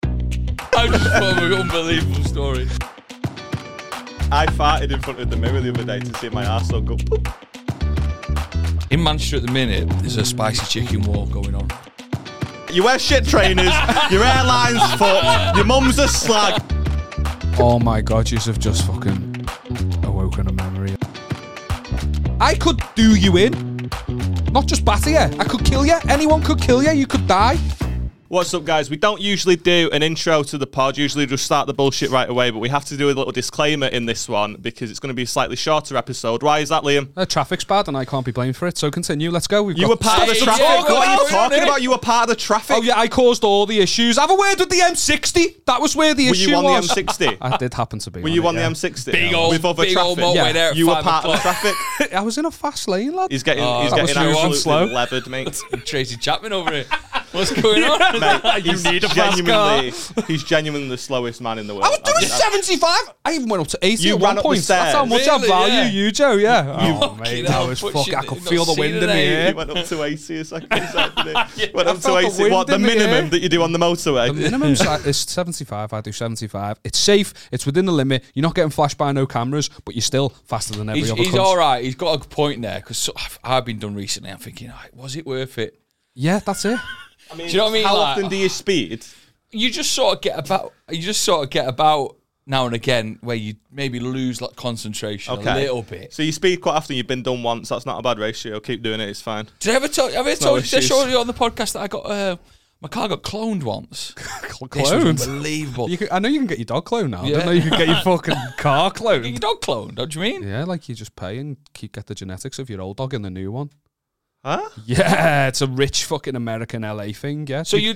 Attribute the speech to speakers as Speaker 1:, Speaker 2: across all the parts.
Speaker 1: I just thought an unbelievable story.
Speaker 2: I farted in front of the mirror the other day to see my arsehole go. "Poop."
Speaker 1: In Manchester at the minute, there's a spicy chicken war going on.
Speaker 2: You wear shit trainers, your airline's foot, your mum's a slag.
Speaker 3: Oh my god, you've just fucking awoken a memory. I could do you in. Not just batter you. I could kill you. Anyone could kill you. You could die.
Speaker 2: What's up, guys? We don't usually do an intro to the pod, usually just start the bullshit right away, but we have to do a little disclaimer in this one because it's going to be a slightly shorter episode. Why is that, Liam?
Speaker 3: Uh, traffic's bad and I can't be blamed for it. So continue. Let's go. We've
Speaker 2: You
Speaker 3: got-
Speaker 2: were part of the
Speaker 1: Hey,
Speaker 2: traffic.
Speaker 1: yeah,
Speaker 2: What are you
Speaker 1: well,
Speaker 2: talking
Speaker 1: yeah.
Speaker 2: about? You were part of the traffic.
Speaker 3: Oh yeah, I caused all the issues. Have a word with the M60. That was where the
Speaker 2: Were
Speaker 3: issue
Speaker 2: you on
Speaker 3: was.
Speaker 2: the M60?
Speaker 3: I did happen to be.
Speaker 2: Were you
Speaker 3: it,
Speaker 2: on
Speaker 3: yeah.
Speaker 2: the M60?
Speaker 1: Oh, Big old-
Speaker 2: With other
Speaker 1: big old
Speaker 2: traffic.
Speaker 3: motorway Yeah.
Speaker 1: there at
Speaker 2: You were
Speaker 1: five
Speaker 2: part of the
Speaker 1: o'clock. Uh,
Speaker 2: traffic.
Speaker 3: I was in a fast lane, lad.
Speaker 2: He's getting, he's
Speaker 1: that
Speaker 2: getting
Speaker 1: was moving
Speaker 2: absolutely
Speaker 3: slow.
Speaker 2: leathered, mate.
Speaker 1: Tracy Chapman over here. What's going on?
Speaker 2: Mate, he's
Speaker 1: need a fast
Speaker 2: genuinely, he's genuinely the slowest man in the world.
Speaker 3: I was doing
Speaker 2: I've- I've-
Speaker 3: 75. I even went up to 80
Speaker 2: You
Speaker 3: at
Speaker 2: ran
Speaker 3: one
Speaker 2: up the
Speaker 3: point. That's how
Speaker 2: stairs.
Speaker 3: much I
Speaker 1: Really?
Speaker 3: value
Speaker 1: Yeah.
Speaker 3: you, Joe. Yeah. oh,
Speaker 1: fucking
Speaker 3: mate,
Speaker 1: hell,
Speaker 3: that was
Speaker 1: fuck
Speaker 3: fuck.
Speaker 1: shit,
Speaker 3: I could
Speaker 1: you've not
Speaker 3: feel the
Speaker 1: seen
Speaker 3: wind
Speaker 1: it
Speaker 3: in the
Speaker 1: there.
Speaker 3: air.
Speaker 2: He went up to 80 a second ago, didn't he? Went
Speaker 3: I
Speaker 2: up to
Speaker 3: felt the
Speaker 2: 80. What,
Speaker 3: wind
Speaker 2: the
Speaker 3: in the
Speaker 2: minimum
Speaker 3: air.
Speaker 2: that you do on the motorway?
Speaker 3: Minimum si- is 75. I do 75. It's safe. It's within the limit. You're not getting flashed by no cameras, but you're still faster than every
Speaker 1: He's,
Speaker 3: other
Speaker 1: he's
Speaker 3: cunt.
Speaker 1: all right. He's got a point there because so, I've, I've been done recently. I'm thinking, "Ah, was it worth it?
Speaker 3: Yeah, that's it.
Speaker 2: I mean,
Speaker 1: Do you know what I mean?
Speaker 2: How
Speaker 1: Like-
Speaker 2: often do you speed?
Speaker 1: You just sort of get about. You just sort of get about now and again where you maybe lose like concentration a
Speaker 2: Okay.
Speaker 1: little bit.
Speaker 2: So you speed quite often. You've been done once. That's not a bad ratio. Keep doing it. It's fine.
Speaker 1: Did I ever tell? Have I ever told you? Did I
Speaker 3: issues.
Speaker 1: show you on the podcast that I got uh, my car got cloned once? This was
Speaker 3: Cloned.
Speaker 1: unbelievable.
Speaker 3: You can, I know you can get your dog cloned now. I
Speaker 1: Yeah.
Speaker 3: don't know you can get your fucking car
Speaker 1: Your
Speaker 3: cloned.
Speaker 1: dog cloned? Don't you mean?
Speaker 3: Yeah, like you just pay and keep get the genetics of your old dog and the new one.
Speaker 2: Huh?
Speaker 3: Yeah, it's a rich fucking American LA thing. Yeah.
Speaker 1: So you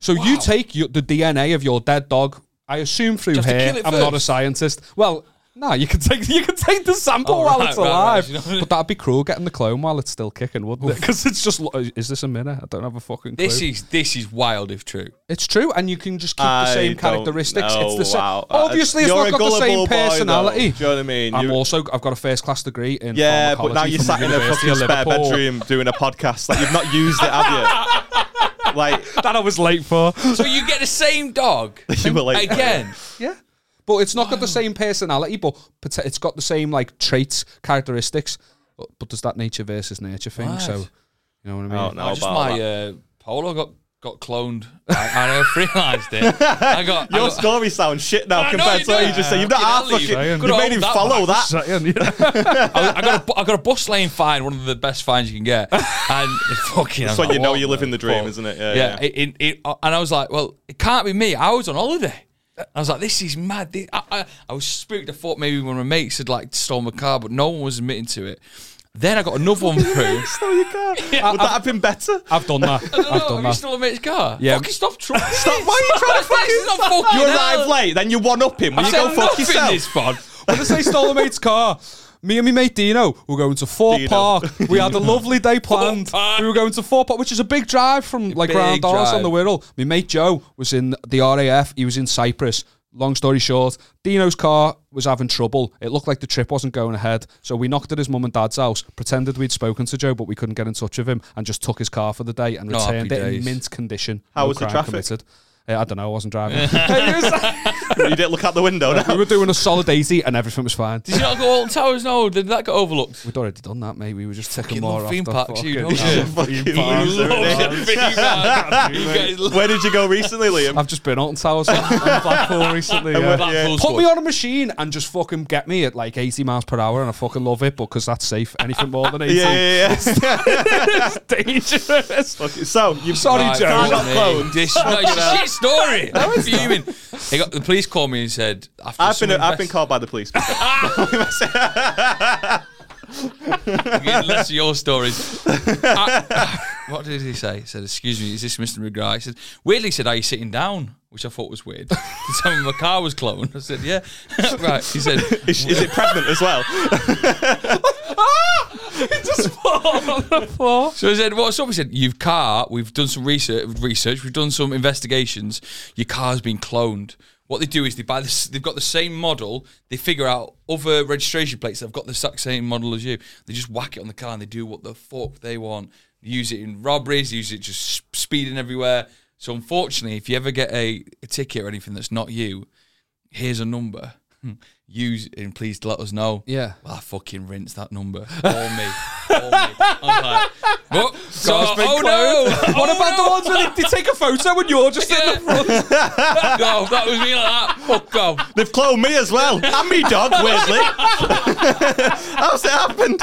Speaker 3: So
Speaker 1: Wow.
Speaker 3: you take your, the DNA of your dead dog. I assume through
Speaker 1: Just to
Speaker 3: here.
Speaker 1: kill it
Speaker 3: I'm not a
Speaker 1: first?
Speaker 3: scientist. Well, no, you can take you can take the sample
Speaker 1: Oh,
Speaker 3: while
Speaker 1: right,
Speaker 3: it's
Speaker 1: right, right,
Speaker 3: alive,
Speaker 1: you know what I mean?
Speaker 3: but that'd be cruel getting the clone while it's still kicking, wouldn't it? Because it's just lo- is this a minute? I don't have a fucking clue.
Speaker 1: this is this is wild if true.
Speaker 3: it's true, and you can just keep
Speaker 2: I
Speaker 3: the same
Speaker 2: don't
Speaker 3: characteristics.
Speaker 2: know,
Speaker 3: It's the same.
Speaker 2: wow. Uh,
Speaker 3: Obviously, it's
Speaker 2: You're
Speaker 3: not
Speaker 2: a
Speaker 3: got the
Speaker 2: gullible
Speaker 3: same
Speaker 2: boy, though.
Speaker 3: personality.
Speaker 2: Do you know what I mean?
Speaker 3: I'm
Speaker 2: You're-
Speaker 3: also I've got a first class degree in
Speaker 2: yeah, but now
Speaker 3: pharmacology
Speaker 2: you're
Speaker 3: from
Speaker 2: sat
Speaker 3: the
Speaker 2: in a
Speaker 3: University
Speaker 2: fucking
Speaker 3: of
Speaker 2: spare
Speaker 3: Liverpool.
Speaker 2: bedroom doing a podcast. Like you've not used it, have you? like
Speaker 3: That I was late for.
Speaker 1: So you get the same dog
Speaker 2: you were late.
Speaker 1: again.
Speaker 3: Yeah. But it's not got the same personality, but pot- it's got the same like traits, characteristics. But, but there's that nature versus nurture thing.
Speaker 1: Right.
Speaker 3: So, you know what I mean?
Speaker 2: I don't know
Speaker 1: I just
Speaker 2: Oh, about
Speaker 1: my
Speaker 2: that.
Speaker 1: uh, polo got got cloned. I, I never realised it. I got. I
Speaker 2: Your
Speaker 1: got-
Speaker 2: story sounds shit now
Speaker 1: I know
Speaker 2: compared
Speaker 1: you
Speaker 2: to what
Speaker 1: do.
Speaker 2: you just said. You've not half
Speaker 1: Fucking hell,
Speaker 2: fucking.
Speaker 1: you-
Speaker 2: You
Speaker 1: Good old
Speaker 2: made him
Speaker 1: that
Speaker 2: follow
Speaker 1: one.
Speaker 2: that.
Speaker 1: I, I got a, I got a bus lane fine, one of the best fines you can get, and it fucking.
Speaker 2: That's when you know you're living the dream, isn't it? Yeah,
Speaker 1: Yeah,
Speaker 2: yeah.
Speaker 1: It, it, it- uh, and I was like, well, it can't be me. I was on holiday. I was like, this is mad. Thi- I, I, I was spooked. I thought maybe one of my mates had like stolen my car, but no one was admitting to it. Then I got another one through.
Speaker 2: Stole your car. Would that have been better?
Speaker 3: I've done that. I've
Speaker 1: No, no,
Speaker 3: done
Speaker 1: have you
Speaker 3: that.
Speaker 1: stolen mate's car?
Speaker 3: Yeah.
Speaker 1: Fucking stop trying.
Speaker 2: Stop! Why are you trying to fucking?
Speaker 1: This is not fucking
Speaker 2: You
Speaker 1: hell.
Speaker 2: arrive late, then you one up him. Will
Speaker 1: I
Speaker 2: you
Speaker 1: said
Speaker 2: go fuck
Speaker 1: nothing
Speaker 2: yourself?
Speaker 1: This pod.
Speaker 3: when I say stole a mate's car, me and my mate Dino were going to Fort
Speaker 2: Dino.
Speaker 3: Park. We had a lovely day planned.
Speaker 1: Park.
Speaker 3: We were going to Fort Park, which is a big drive from like
Speaker 1: big
Speaker 3: Grand Doris
Speaker 1: drive.
Speaker 3: on the Wirral. My mate Joe was in the RAF. He was in Cyprus. Long story short, Dino's car was having trouble. It looked like the trip wasn't going ahead, so we knocked at his mum and dad's house, pretended we'd spoken to Joe, but we couldn't get in touch with him, and just took his car for the day and
Speaker 1: No happy
Speaker 3: returned it
Speaker 1: days.
Speaker 3: in mint condition.
Speaker 2: How
Speaker 3: No
Speaker 2: was the
Speaker 3: crime
Speaker 2: traffic?
Speaker 3: Committed. Uh, I don't know. I wasn't driving.
Speaker 2: you didn't look out the window.
Speaker 3: we
Speaker 2: No.
Speaker 3: were doing a solid 80 and everything was fine.
Speaker 1: Did you not go Alton Towers? No, did that get overlooked?
Speaker 3: We'd already done that, mate. We were just
Speaker 1: Fucking
Speaker 3: taking more
Speaker 1: love
Speaker 3: off
Speaker 1: theme
Speaker 3: the
Speaker 1: parks, you
Speaker 3: fucking-
Speaker 1: know.
Speaker 2: Fucking
Speaker 1: Loves
Speaker 2: loser, innit?
Speaker 1: it, big man. You guys love
Speaker 2: Where did you go recently, Liam?
Speaker 3: I've just been on towers on Blackpool recently. yeah.
Speaker 2: went-
Speaker 1: Blackpool
Speaker 3: Put
Speaker 1: squad.
Speaker 3: me on a machine and just fucking get me at like 80 miles per hour, and I fucking love it because that's safe. Anything more than 80
Speaker 2: Yeah, yeah, yeah.
Speaker 3: is dangerous.
Speaker 2: Fucking- so you
Speaker 3: Sorry,
Speaker 1: Right,
Speaker 3: Joe.
Speaker 1: fuck
Speaker 2: I got
Speaker 1: me.
Speaker 2: cloned.
Speaker 1: This no, it's a shit story. I'm fuming. They got, the police called me and said, after
Speaker 2: I've
Speaker 1: some
Speaker 2: been I've been
Speaker 1: invest-
Speaker 2: called by the police.
Speaker 1: Listen to your stories. I- what did he say? He said, Excuse me, is this Mr. McGrath? He said, Weirdly, he said, Are you sitting down? Which I thought was weird. He told me my car was cloned. I said, Yeah. right. He said,
Speaker 2: Is, is it pregnant as well?
Speaker 1: So I said, "What's up?" He said, "Your car. We've done some research. Research. We've done some investigations. Your car's been cloned. What they do is they buy this. They've got the same model. They figure out other registration plates that have got the exact same model as you. They just whack it on the car and they do what the fuck they want. They use it in robberies. They use it just s- speeding everywhere. So unfortunately, if you ever get a, a ticket or anything that's not you, here's a number. Use and please let us know.
Speaker 3: Yeah.
Speaker 1: Well, I fucking rinsed that number. Call me. Call me. I'm like, "What? God, oh no!
Speaker 3: what about the ones where they, they take a photo and you're just in the front?
Speaker 1: no, that was me like that. Fuck off.
Speaker 2: They've cloned me as well. and me dog, Wesley. How's it happened?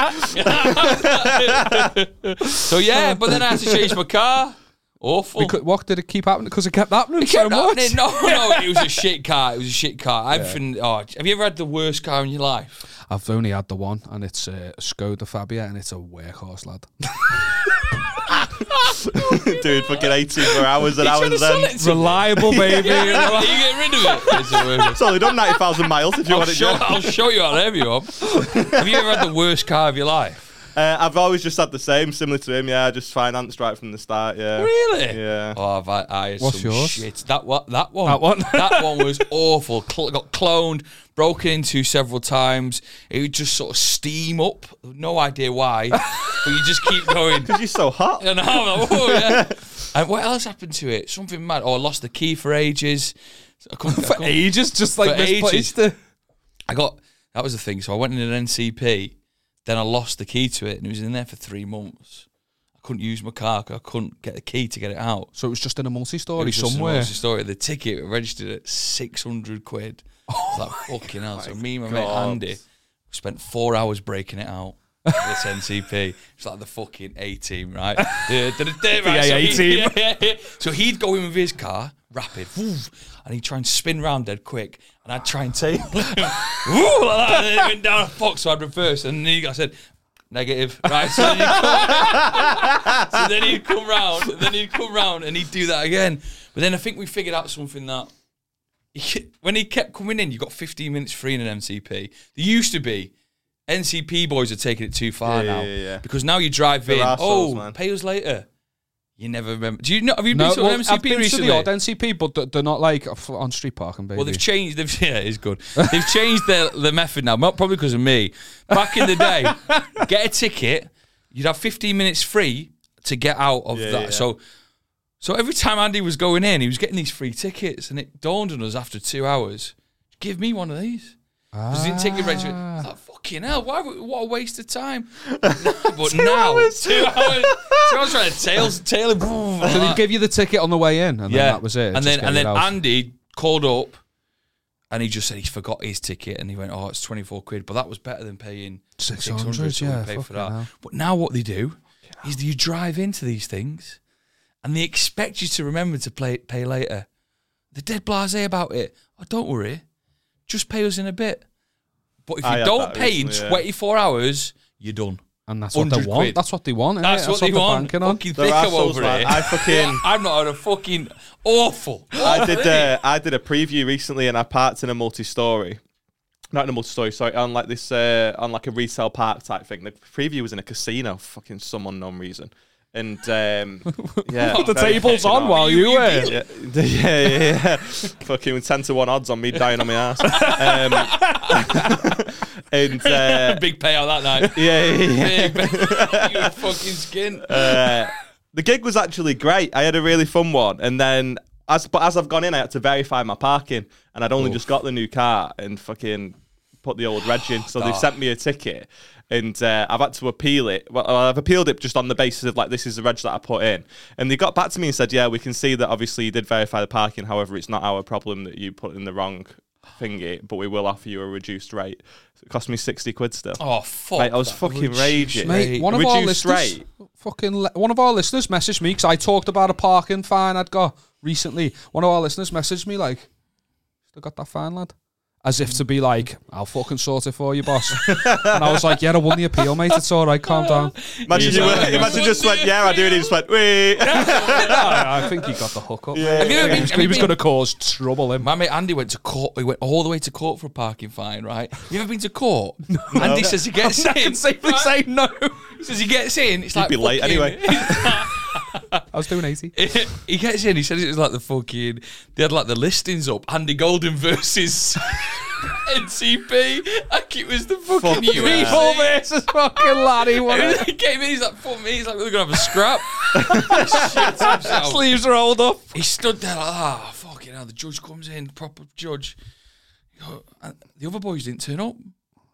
Speaker 1: So yeah, but then I had to change my car. Awful.
Speaker 3: Because- What did it keep happening? Because it kept happening
Speaker 1: It
Speaker 3: so
Speaker 1: kept
Speaker 3: much.
Speaker 1: happening. No, no, it was a shit car. It was a shit car. Everything. Oh, have you ever had the worst car in your life?
Speaker 3: I've only had the one, and it's uh, a Skoda Fabia, and it's a workhorse, lad.
Speaker 2: Doing fucking 18 for hours and
Speaker 1: Trying to
Speaker 2: hours
Speaker 1: sell
Speaker 2: then.
Speaker 1: it to me.
Speaker 3: Oh, Reliable, baby.
Speaker 1: Yeah, you get rid of it. It's the worst.
Speaker 2: It's only done 90,000 miles if you
Speaker 1: I'll,
Speaker 2: want it
Speaker 1: show,
Speaker 2: done.
Speaker 1: I'll show you how heavy you are. Have you ever had the worst car of your life?
Speaker 2: Uh, I've always just had the same, similar to him. Yeah, just financed right from the start. Yeah.
Speaker 1: Really?
Speaker 2: Yeah.
Speaker 1: Oh, I've had, I had
Speaker 3: What's
Speaker 1: some
Speaker 3: yours?
Speaker 1: shit. That one, that one,
Speaker 3: That one?
Speaker 1: that one was awful. Cl- got cloned, broken into several times. It would just sort of steam up. No idea why, but you just keep going.
Speaker 2: You're so hot.
Speaker 1: And I'm like, "Whoa, yeah." And what else happened to it? Something mad. Oh, I lost the key for ages. I couldn't- I
Speaker 3: For
Speaker 1: couldn't-
Speaker 3: ages, just like
Speaker 1: For ages.
Speaker 3: misplaced it.
Speaker 1: I got that was the thing. So I went in an NCP, then I lost the key to it, and it was in there for three months. I couldn't use my car 'cause I couldn't get the key to get it out.
Speaker 3: So it was just in a
Speaker 1: It
Speaker 3: multi-story
Speaker 1: was just an
Speaker 3: somewhere.
Speaker 1: amazing story. The ticket registered at six hundred quid. It's like fucking hell. So me and my mate
Speaker 2: God.
Speaker 1: Andy spent four hours breaking it out. for this NCP, it's like the fucking A team, right? the
Speaker 3: AA team.
Speaker 1: So he'd go in with his car, rapid, woof, and he'd try and spin round dead quick, and I'd try and take him, woo, like that, and then it went down a fox, so I'd reverse, and then he, I said, negative, right? So then, he'd come, so then he'd come round, and then he'd come round, and he'd do that again. But then I think we figured out something that he- when he kept coming in, you got 15 minutes free in an MCP. There used to be NCP boys are taking it too far
Speaker 2: Yeah,
Speaker 1: now
Speaker 2: yeah, yeah.
Speaker 1: because now you drive in.
Speaker 2: arseholes,
Speaker 1: oh,
Speaker 2: man.
Speaker 1: pay us later. You never remember. Do you know? Have you been
Speaker 3: No,
Speaker 1: to
Speaker 3: well,
Speaker 1: an MCP
Speaker 3: I've been
Speaker 1: recently?
Speaker 3: to the odd NCP, but th- they're not like on street parking, baby.
Speaker 1: well, they've changed. They've, yeah, it's good. They've changed their the method now. Not probably because of me. Back in the day, get a ticket. You'd have 15 minutes free to get out of
Speaker 2: Yeah,
Speaker 1: that.
Speaker 2: yeah.
Speaker 1: So, so every time Andy was going in, he was getting these free tickets, and it dawned on us after two hours. Give me one of these. Because he didn't take the register. I
Speaker 2: Ah.
Speaker 1: was like, fucking hell, why, would- what a waste of time. but now,
Speaker 2: hours.
Speaker 1: two hours, two hours trying to tails, tail him.
Speaker 3: so they give you the ticket on the way in, and then that was it.
Speaker 1: And
Speaker 3: Just
Speaker 1: then,
Speaker 3: get
Speaker 1: and
Speaker 3: it
Speaker 1: then
Speaker 3: out.
Speaker 1: Andy called up and he just said he forgot his ticket and he went, oh, it's 24 quid. But that was better than paying
Speaker 3: 600,
Speaker 1: 600, so
Speaker 3: yeah,
Speaker 1: we paid for
Speaker 3: fucking
Speaker 1: that.
Speaker 3: hell.
Speaker 1: But now what they do is you drive into these things and they expect you to remember to play, pay later. They're dead blasé about it. Oh, don't worry. Just pay us in a bit. But if
Speaker 2: I
Speaker 1: you
Speaker 2: had
Speaker 1: don't
Speaker 2: that
Speaker 1: pay in
Speaker 2: recently, yeah.
Speaker 1: 24 hours, you're done.
Speaker 3: and that's what they
Speaker 1: 100
Speaker 3: want.
Speaker 1: quid.
Speaker 3: That's what they want.
Speaker 1: That's,
Speaker 3: eh?
Speaker 1: what they
Speaker 3: they're
Speaker 1: want.
Speaker 3: banking on.
Speaker 1: Fucking
Speaker 2: They're
Speaker 1: thicker
Speaker 2: assholes,
Speaker 1: over
Speaker 2: man.
Speaker 1: here.
Speaker 2: I fucking-
Speaker 1: I'm not on a fucking awful.
Speaker 2: I did uh, I did a preview recently and I parked in a multi-story. Not in a multi-story, sorry, on like this uh, on like a retail park type thing. The preview was in a casino, fucking some unknown reason. And um yeah,
Speaker 3: Put the
Speaker 2: very
Speaker 3: tables
Speaker 2: fucking
Speaker 3: on
Speaker 2: odd.
Speaker 3: while you were.
Speaker 2: yeah, yeah, yeah, yeah. Fucking with ten to one odds on me dying on my ass. Um, and uh,
Speaker 1: Big payout that night.
Speaker 2: yeah, yeah, yeah.
Speaker 1: Big payout. you fucking skin.
Speaker 2: Uh, the gig was actually great. I had a really fun one, and then as but as I've gone in, I had to verify my parking, and I'd only just got the new car and fucking put the old reg in, so they sent me a ticket, and uh, I've had to appeal it. Well, I've appealed it just on the basis of like this is the reg that I put in, and they got back to me and said, yeah, we can see that obviously you did verify the parking, however, it's not our problem that you put in the wrong thingy, but we will offer you a reduced rate. So it cost me sixty quid still.
Speaker 1: Oh, fuck.
Speaker 2: Mate, I was
Speaker 1: that
Speaker 2: fucking
Speaker 1: reduced
Speaker 2: raging.
Speaker 1: rate.
Speaker 3: Mate, one of our
Speaker 2: Reduced
Speaker 3: listeners,
Speaker 2: rate.
Speaker 3: fucking le- one of our listeners messaged me because I talked about a parking fine I'd got recently. One of our listeners messaged me like, "Still got that fine, lad." As if to be like, I'll fucking sort it for you, boss. and I was like, yeah, I won the appeal, mate. It's all right, calm down.
Speaker 2: Imagine,
Speaker 1: He's
Speaker 2: you
Speaker 1: like,
Speaker 2: were, imagine just went, yeah, I do, and he just went, wait.
Speaker 3: I I think he got the hook up.
Speaker 2: Yeah.
Speaker 1: Have you ever been-
Speaker 3: He was,
Speaker 1: have you been-
Speaker 3: going to cause trouble, him.
Speaker 1: My mate Andy went to court. He went all the way to court for a parking fine, right? You ever been to court? Andy says he gets in. right?
Speaker 3: no.
Speaker 1: He says he gets in. It's like
Speaker 2: be late
Speaker 1: fucking-
Speaker 2: anyway.
Speaker 3: I was doing 80.
Speaker 1: he gets in. He says it was like the fucking. They had like the listings up. Andy Golden versus NCP. Like it was the fucking
Speaker 2: Fuck yeah.
Speaker 1: UFC.
Speaker 2: People
Speaker 3: versus fucking Larry. What
Speaker 1: And he came in, he's like, fuck me, he's like, we're gonna have a scrap. Shit himself.
Speaker 3: sleeves are rolled up.
Speaker 1: He stood there like, ah, fucking hell, the judge comes in, proper judge. And the other boys didn't turn up.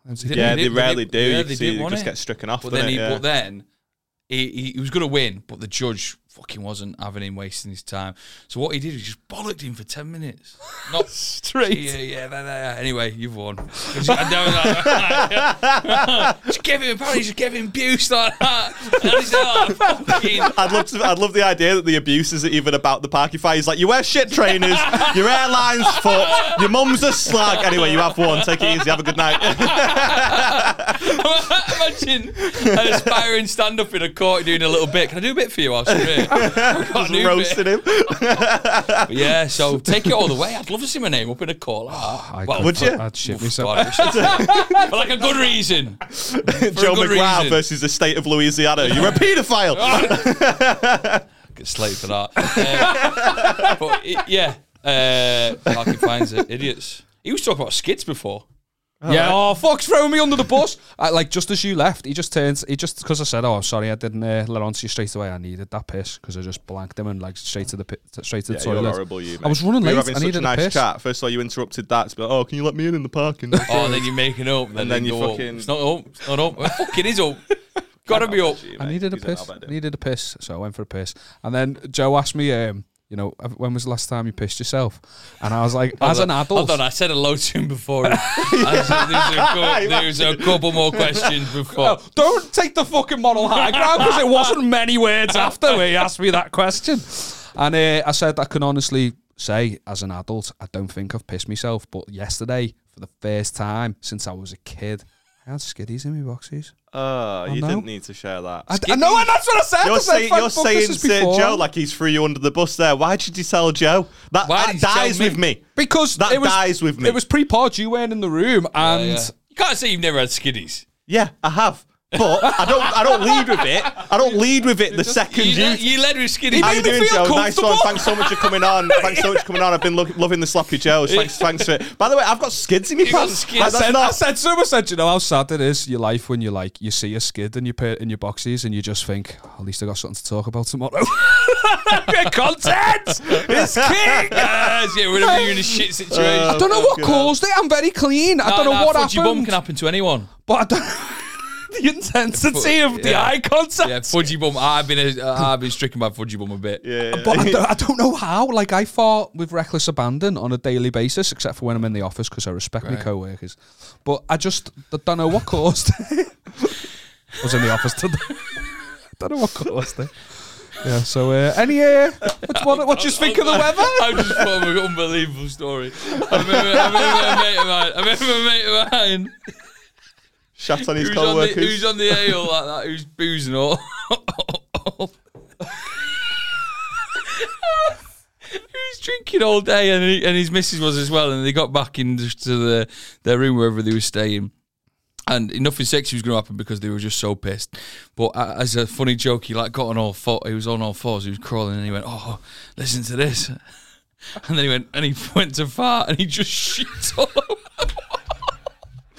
Speaker 1: Didn't-
Speaker 2: Yeah, they
Speaker 1: didn't-
Speaker 2: rarely
Speaker 1: didn't-
Speaker 2: do.
Speaker 1: yeah,
Speaker 2: you
Speaker 1: they
Speaker 2: can see,
Speaker 1: didn't
Speaker 2: they
Speaker 1: want
Speaker 2: just
Speaker 1: it.
Speaker 2: get stricken off.
Speaker 1: But then, he,
Speaker 2: yeah.
Speaker 1: but then he, he, he was going to win, but the judge fucking wasn't having him wasting his time. So what he did was just bollocked him for 10 minutes. Not
Speaker 3: Straight.
Speaker 1: Yeah, yeah, there, there. Anyway, you've won. And I was like, just give him, apparently, just give him abuse like that. And he's like, oh, fucking.
Speaker 2: I'd love to. I'd love the idea that the abuse isn't even about the parking fire. He's like, you wear shit trainers, your airline's fucked, your mum's a slag. Anyway, you have one. Take it easy. Have a good night.
Speaker 1: Imagine an aspiring stand up in a court doing a little bit. Can I do a bit for you whilst you're here? I've got a new
Speaker 2: Just
Speaker 1: bit.
Speaker 2: roasted him.
Speaker 1: But yeah, so take it all the way. I'd love to see my name up in a court. Like that.
Speaker 3: Oh, I
Speaker 1: Well,
Speaker 3: could-
Speaker 2: would you?
Speaker 3: I'd shit
Speaker 1: Oof,
Speaker 3: myself.
Speaker 1: God, I wish I'd- for like a good reason.
Speaker 2: Joe
Speaker 1: good
Speaker 2: McGuire
Speaker 1: reason.
Speaker 2: versus the state of Louisiana. You're a paedophile.
Speaker 1: Get slated for that. Uh, but it, yeah, uh, Parky finds it. Idiots. He was talking about skids before.
Speaker 3: yeah. Oh, fuck's throwing me under the bus. I, like just as you left, he just turns. He just because I said, "Oh, I'm sorry, I didn't uh, let on to you straight away. I needed that piss because I just blanked him and like straight to the pit, straight to the toilet."
Speaker 2: you.
Speaker 3: I was running
Speaker 2: we
Speaker 3: late.
Speaker 2: were having
Speaker 3: I
Speaker 2: such
Speaker 3: needed
Speaker 2: a
Speaker 3: a
Speaker 2: nice
Speaker 3: piss.
Speaker 2: chat. First of all, you interrupted that. To be like, oh, can you let me in in the parking?
Speaker 1: Oh, and then you're making up. Then
Speaker 2: And then
Speaker 1: they
Speaker 2: you
Speaker 1: go up.
Speaker 2: fucking-
Speaker 1: It's not up. It's not up. It fucking is up. Gotta be up.
Speaker 3: I needed a piss. I needed a piss, so I went for a piss. And then Joe asked me, um, you know, "Have- when was the last time you pissed yourself? And I was like, as an adult,
Speaker 1: Hold on, I said hello to him before. I said there's, a cou- there's a couple more questions before.
Speaker 3: Oh, don't take the fucking model high ground because it wasn't many words after he asked me that question. And uh, I said, I can honestly say, as an adult, I don't think I've pissed myself. But yesterday, for the first time since I was a kid, I had skiddies in my boxes.
Speaker 2: Oh, you
Speaker 3: no.
Speaker 2: didn't need to share that.
Speaker 3: I, I know, and that's what I said. I
Speaker 2: You're,
Speaker 3: said,
Speaker 2: say,
Speaker 3: "Fuck,
Speaker 2: you're
Speaker 3: fuck,
Speaker 2: saying
Speaker 3: this is
Speaker 2: to
Speaker 3: before."
Speaker 2: Joe like he's threw you under the bus there. Why did you tell Joe? That,
Speaker 1: Why
Speaker 2: that
Speaker 1: did you tell
Speaker 2: dies
Speaker 1: me?
Speaker 2: with me.
Speaker 3: because
Speaker 2: that
Speaker 3: it was,
Speaker 2: dies with me.
Speaker 3: It was pre-pod. You weren't in the room, and
Speaker 1: Yeah. You can't say you've never had skiddies.
Speaker 2: Yeah, I have. But I don't I don't lead with it. I don't lead with it the second
Speaker 1: You,
Speaker 2: you
Speaker 1: you led with skiddies.
Speaker 2: How you
Speaker 3: made me
Speaker 2: doing,
Speaker 3: feel
Speaker 2: Joe? Nice one.
Speaker 3: comfortable.
Speaker 2: Thanks so much for coming on. Thanks so much for coming on. I've been lo- loving the sloppy Joes. Thanks, thanks for it. By the way, I've got skids in my
Speaker 1: got
Speaker 2: pants.
Speaker 1: skids.
Speaker 2: Like,
Speaker 1: I
Speaker 2: that's
Speaker 3: said,
Speaker 2: not-
Speaker 3: I said to him, I said, "Do you know how sad it is your life when you like you see a skid and you put it in your boxes and you just think, at least I got something to talk about tomorrow. Get content. It's king.
Speaker 1: Yes, yeah, whenever you're in a shit situation.
Speaker 3: I don't know what
Speaker 2: fucking
Speaker 3: caused it. I'm very clean. I don't know what
Speaker 1: fudgy bum
Speaker 3: happened,
Speaker 1: can happen to anyone.
Speaker 3: but I don't. the intensity
Speaker 1: Fu-
Speaker 3: of the
Speaker 1: yeah.
Speaker 3: eye contact.
Speaker 1: Yeah, fudgy bum. I've been uh, I've been stricken by fudgy bum a bit.
Speaker 2: Yeah.
Speaker 3: But I don't, I don't know how. Like I fart with reckless abandon on a daily basis, except for when I'm in the office because I respect my
Speaker 1: Right.
Speaker 3: co-workers. But I just I don't know what caused. it. I was in the office today. don't know what caused it. Yeah. So uh, any uh, what, what, what do you think of the weather?
Speaker 1: I just thought of an unbelievable story. I remember, I remember a mate of mine. I remember a mate of mine
Speaker 2: Shat on his
Speaker 1: who's on, the,
Speaker 2: co-workers.
Speaker 1: who's on the ale like that, who's boozing all. Who's drinking all day, and, he, and his missus was as well. And they got back into the, their room wherever they were staying. and nothing sexy was going to happen because they were just so pissed. But a- as a funny joke, he like got on all four. He was on all fours. He was crawling, and he went, "Oh, listen to this." And then he went, and he went to fart, and he just shit all over.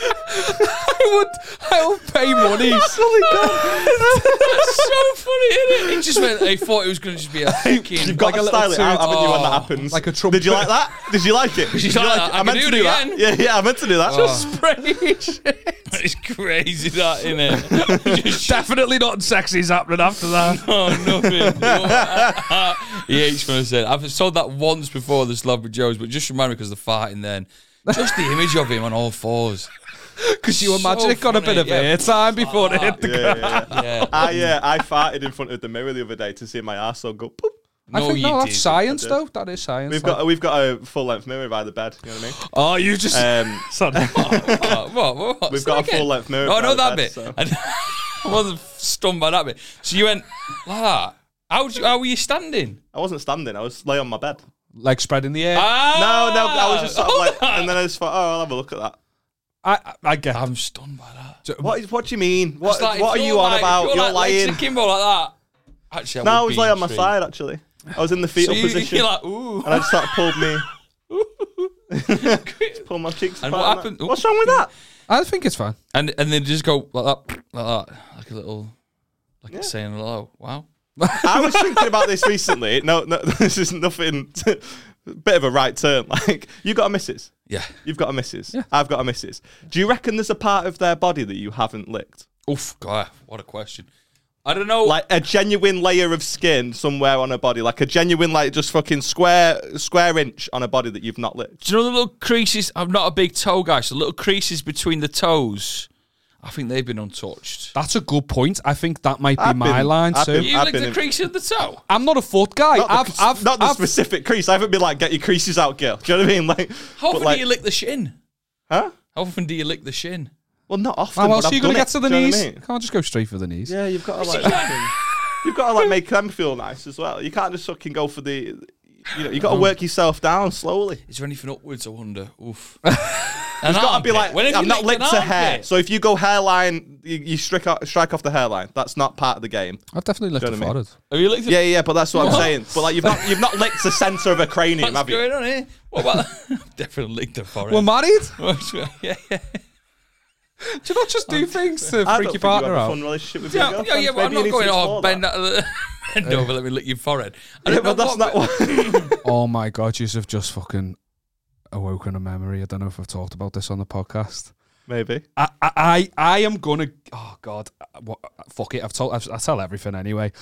Speaker 3: I would I would pay money.
Speaker 1: That's so funny, isn't it? He just went. He thought it was going to just be a fucking.
Speaker 2: You've got
Speaker 3: Like a
Speaker 2: to style
Speaker 3: little
Speaker 2: it out,
Speaker 3: tune-
Speaker 2: haven't you, when that
Speaker 1: Oh,
Speaker 2: happens?
Speaker 3: like a
Speaker 2: Did you like that? Did you like it? Did
Speaker 1: She's
Speaker 2: you
Speaker 1: like,
Speaker 2: like it?
Speaker 1: "I can
Speaker 2: meant
Speaker 1: do
Speaker 2: to
Speaker 1: it
Speaker 2: do that.
Speaker 1: again." Oh.
Speaker 2: Yeah, yeah, I meant to do that.
Speaker 1: it's crazy that, isn't it? Just shit
Speaker 3: Definitely not sexy's happening after that.
Speaker 1: on nothing. he hates when I said. I've sold that once before the celebrity Joe's, but just remind me because the farting then. Just the image of him on all fours.
Speaker 3: Because you
Speaker 1: So
Speaker 3: imagine it got a bit
Speaker 1: funny,
Speaker 3: of
Speaker 1: yeah.
Speaker 3: airtime before it hit the
Speaker 2: Yeah, yeah, yeah.
Speaker 1: Yeah.
Speaker 2: I uh, I farted in front of the mirror the other day to see my arsehole go. Boop.
Speaker 3: I
Speaker 1: No,
Speaker 3: think
Speaker 1: you
Speaker 3: no, that's
Speaker 1: did.
Speaker 3: science though. That is science.
Speaker 2: We've
Speaker 3: Like-
Speaker 2: got we've got a full length mirror by the bed. You know what
Speaker 3: oh, you just
Speaker 2: I mean? Um,
Speaker 3: sorry.
Speaker 1: What, Uh, what, what, what?
Speaker 2: We've
Speaker 1: Say
Speaker 2: got a
Speaker 1: again.
Speaker 2: full-length mirror
Speaker 1: No, I know
Speaker 2: by
Speaker 1: that
Speaker 2: the
Speaker 1: bit.
Speaker 2: bed, so-
Speaker 1: And I wasn't stunned by that bit. So you went, ah, how, do you, how were you standing?
Speaker 2: I wasn't standing. I was lay on my bed.
Speaker 3: like spread in the air.
Speaker 1: Ah,
Speaker 2: No, no, I was just sort of like, and then I just thought, oh, I'll have a look at that.
Speaker 3: I, I, I get.
Speaker 1: I'm stunned by that.
Speaker 2: What is what do you mean?
Speaker 1: It's
Speaker 2: What
Speaker 1: like,
Speaker 2: what
Speaker 1: if
Speaker 2: are you
Speaker 1: you're
Speaker 2: on
Speaker 1: like- if
Speaker 2: about? You're
Speaker 1: like, legs
Speaker 2: lying.
Speaker 1: to Kimbo like that. Actually, I
Speaker 2: No, I
Speaker 1: would
Speaker 2: was
Speaker 1: be
Speaker 2: laying on my
Speaker 1: intrigued.
Speaker 2: side actually. I was in the fetal
Speaker 1: So you,
Speaker 2: position,
Speaker 1: you're like, ooh.
Speaker 2: and I just started pulled me, just pulled my cheeks.
Speaker 1: And
Speaker 2: apart
Speaker 1: what
Speaker 2: that.
Speaker 1: happened?
Speaker 2: What's wrong with that?
Speaker 3: I think it's fine.
Speaker 1: And and they just go like that, like that, like a little, like it's saying hello. Wow.
Speaker 2: I was thinking about this recently. No, no, this is nothing. bit of a right turn. Like you got a missus.
Speaker 1: Yeah.
Speaker 2: You've got a missus.
Speaker 1: Yeah.
Speaker 2: I've got a missus. Do you reckon there's a part of their body that you haven't licked?
Speaker 1: Oof, God, what a question. I don't know.
Speaker 2: Like a genuine layer of skin somewhere on her body, like a genuine like just fucking square square inch on her body that you've not licked.
Speaker 1: Do you know the little creases? I'm not a big toe guy, so little creases between the toes. I think they've been untouched.
Speaker 3: That's a good point. I think that might be
Speaker 2: I've
Speaker 3: my
Speaker 2: been-
Speaker 3: line
Speaker 2: I've
Speaker 3: too.
Speaker 2: been-
Speaker 1: You
Speaker 2: I've
Speaker 1: licked the
Speaker 2: in-
Speaker 1: crease of the toe.
Speaker 3: I'm not a foot guy.
Speaker 2: Not the,
Speaker 3: I've, I've,
Speaker 2: not the
Speaker 3: I've-
Speaker 2: specific crease. I haven't been like, get your creases out, girl. Do you know what I mean? Like,
Speaker 1: How
Speaker 2: but
Speaker 1: often
Speaker 2: like,
Speaker 1: do you lick the shin?
Speaker 2: Huh?
Speaker 1: How often do you lick the shin?
Speaker 2: Well, not often.
Speaker 1: Oh,
Speaker 3: How
Speaker 2: but
Speaker 3: else
Speaker 2: I've
Speaker 3: are you going to
Speaker 2: done
Speaker 3: get
Speaker 2: it.
Speaker 3: to the
Speaker 2: Do you know
Speaker 3: knees?
Speaker 2: what I mean?
Speaker 3: Can't just go straight for the knees.
Speaker 2: Yeah, you've got to like, fucking- you've got to like make them feel nice as well. You can't just fucking go for the, you know, you
Speaker 1: Oh.
Speaker 2: got to work yourself down slowly.
Speaker 1: Is there anything upwards? I wonder. Oof. An
Speaker 2: It's got to be
Speaker 1: armpit.
Speaker 2: like
Speaker 1: When have
Speaker 2: I've
Speaker 1: you
Speaker 2: not licked
Speaker 1: an
Speaker 2: a hair.
Speaker 1: armpit?
Speaker 2: So if you go hairline, you, you strike off, strike off the hairline. That's not part of the game.
Speaker 3: I've definitely licked
Speaker 2: Do you
Speaker 3: a
Speaker 2: know what I mean?
Speaker 3: forehead.
Speaker 1: Have you licked? A,
Speaker 2: Yeah, yeah, but that's what I'm saying. But like you've not you've not licked the centre of a cranium,
Speaker 1: What's
Speaker 2: have you?
Speaker 1: going on here? What about? Definitely licked a forehead.
Speaker 3: We're married.
Speaker 1: yeah, yeah.
Speaker 3: Do you not just do things to
Speaker 2: I don't
Speaker 3: freak your
Speaker 2: think
Speaker 3: partner
Speaker 2: you have a
Speaker 3: out?
Speaker 2: fun relationship with your
Speaker 1: Yeah, yeah,
Speaker 2: girlfriend.
Speaker 1: yeah, but I'm
Speaker 2: Maybe you
Speaker 1: not
Speaker 2: need
Speaker 1: going,
Speaker 2: to
Speaker 1: oh,
Speaker 2: explore that.
Speaker 1: bend, that. bend over, let me lick your forehead. I
Speaker 2: Yeah,
Speaker 1: don't know
Speaker 2: but that's
Speaker 1: what-
Speaker 2: not what.
Speaker 3: Oh my god, you've just fucking awoken a memory. I don't know if I've talked about this on the podcast.
Speaker 2: Maybe.
Speaker 3: I, I, I, I am gonna. Oh god, what, uh, fuck it. I've told. I've, I tell everything anyway.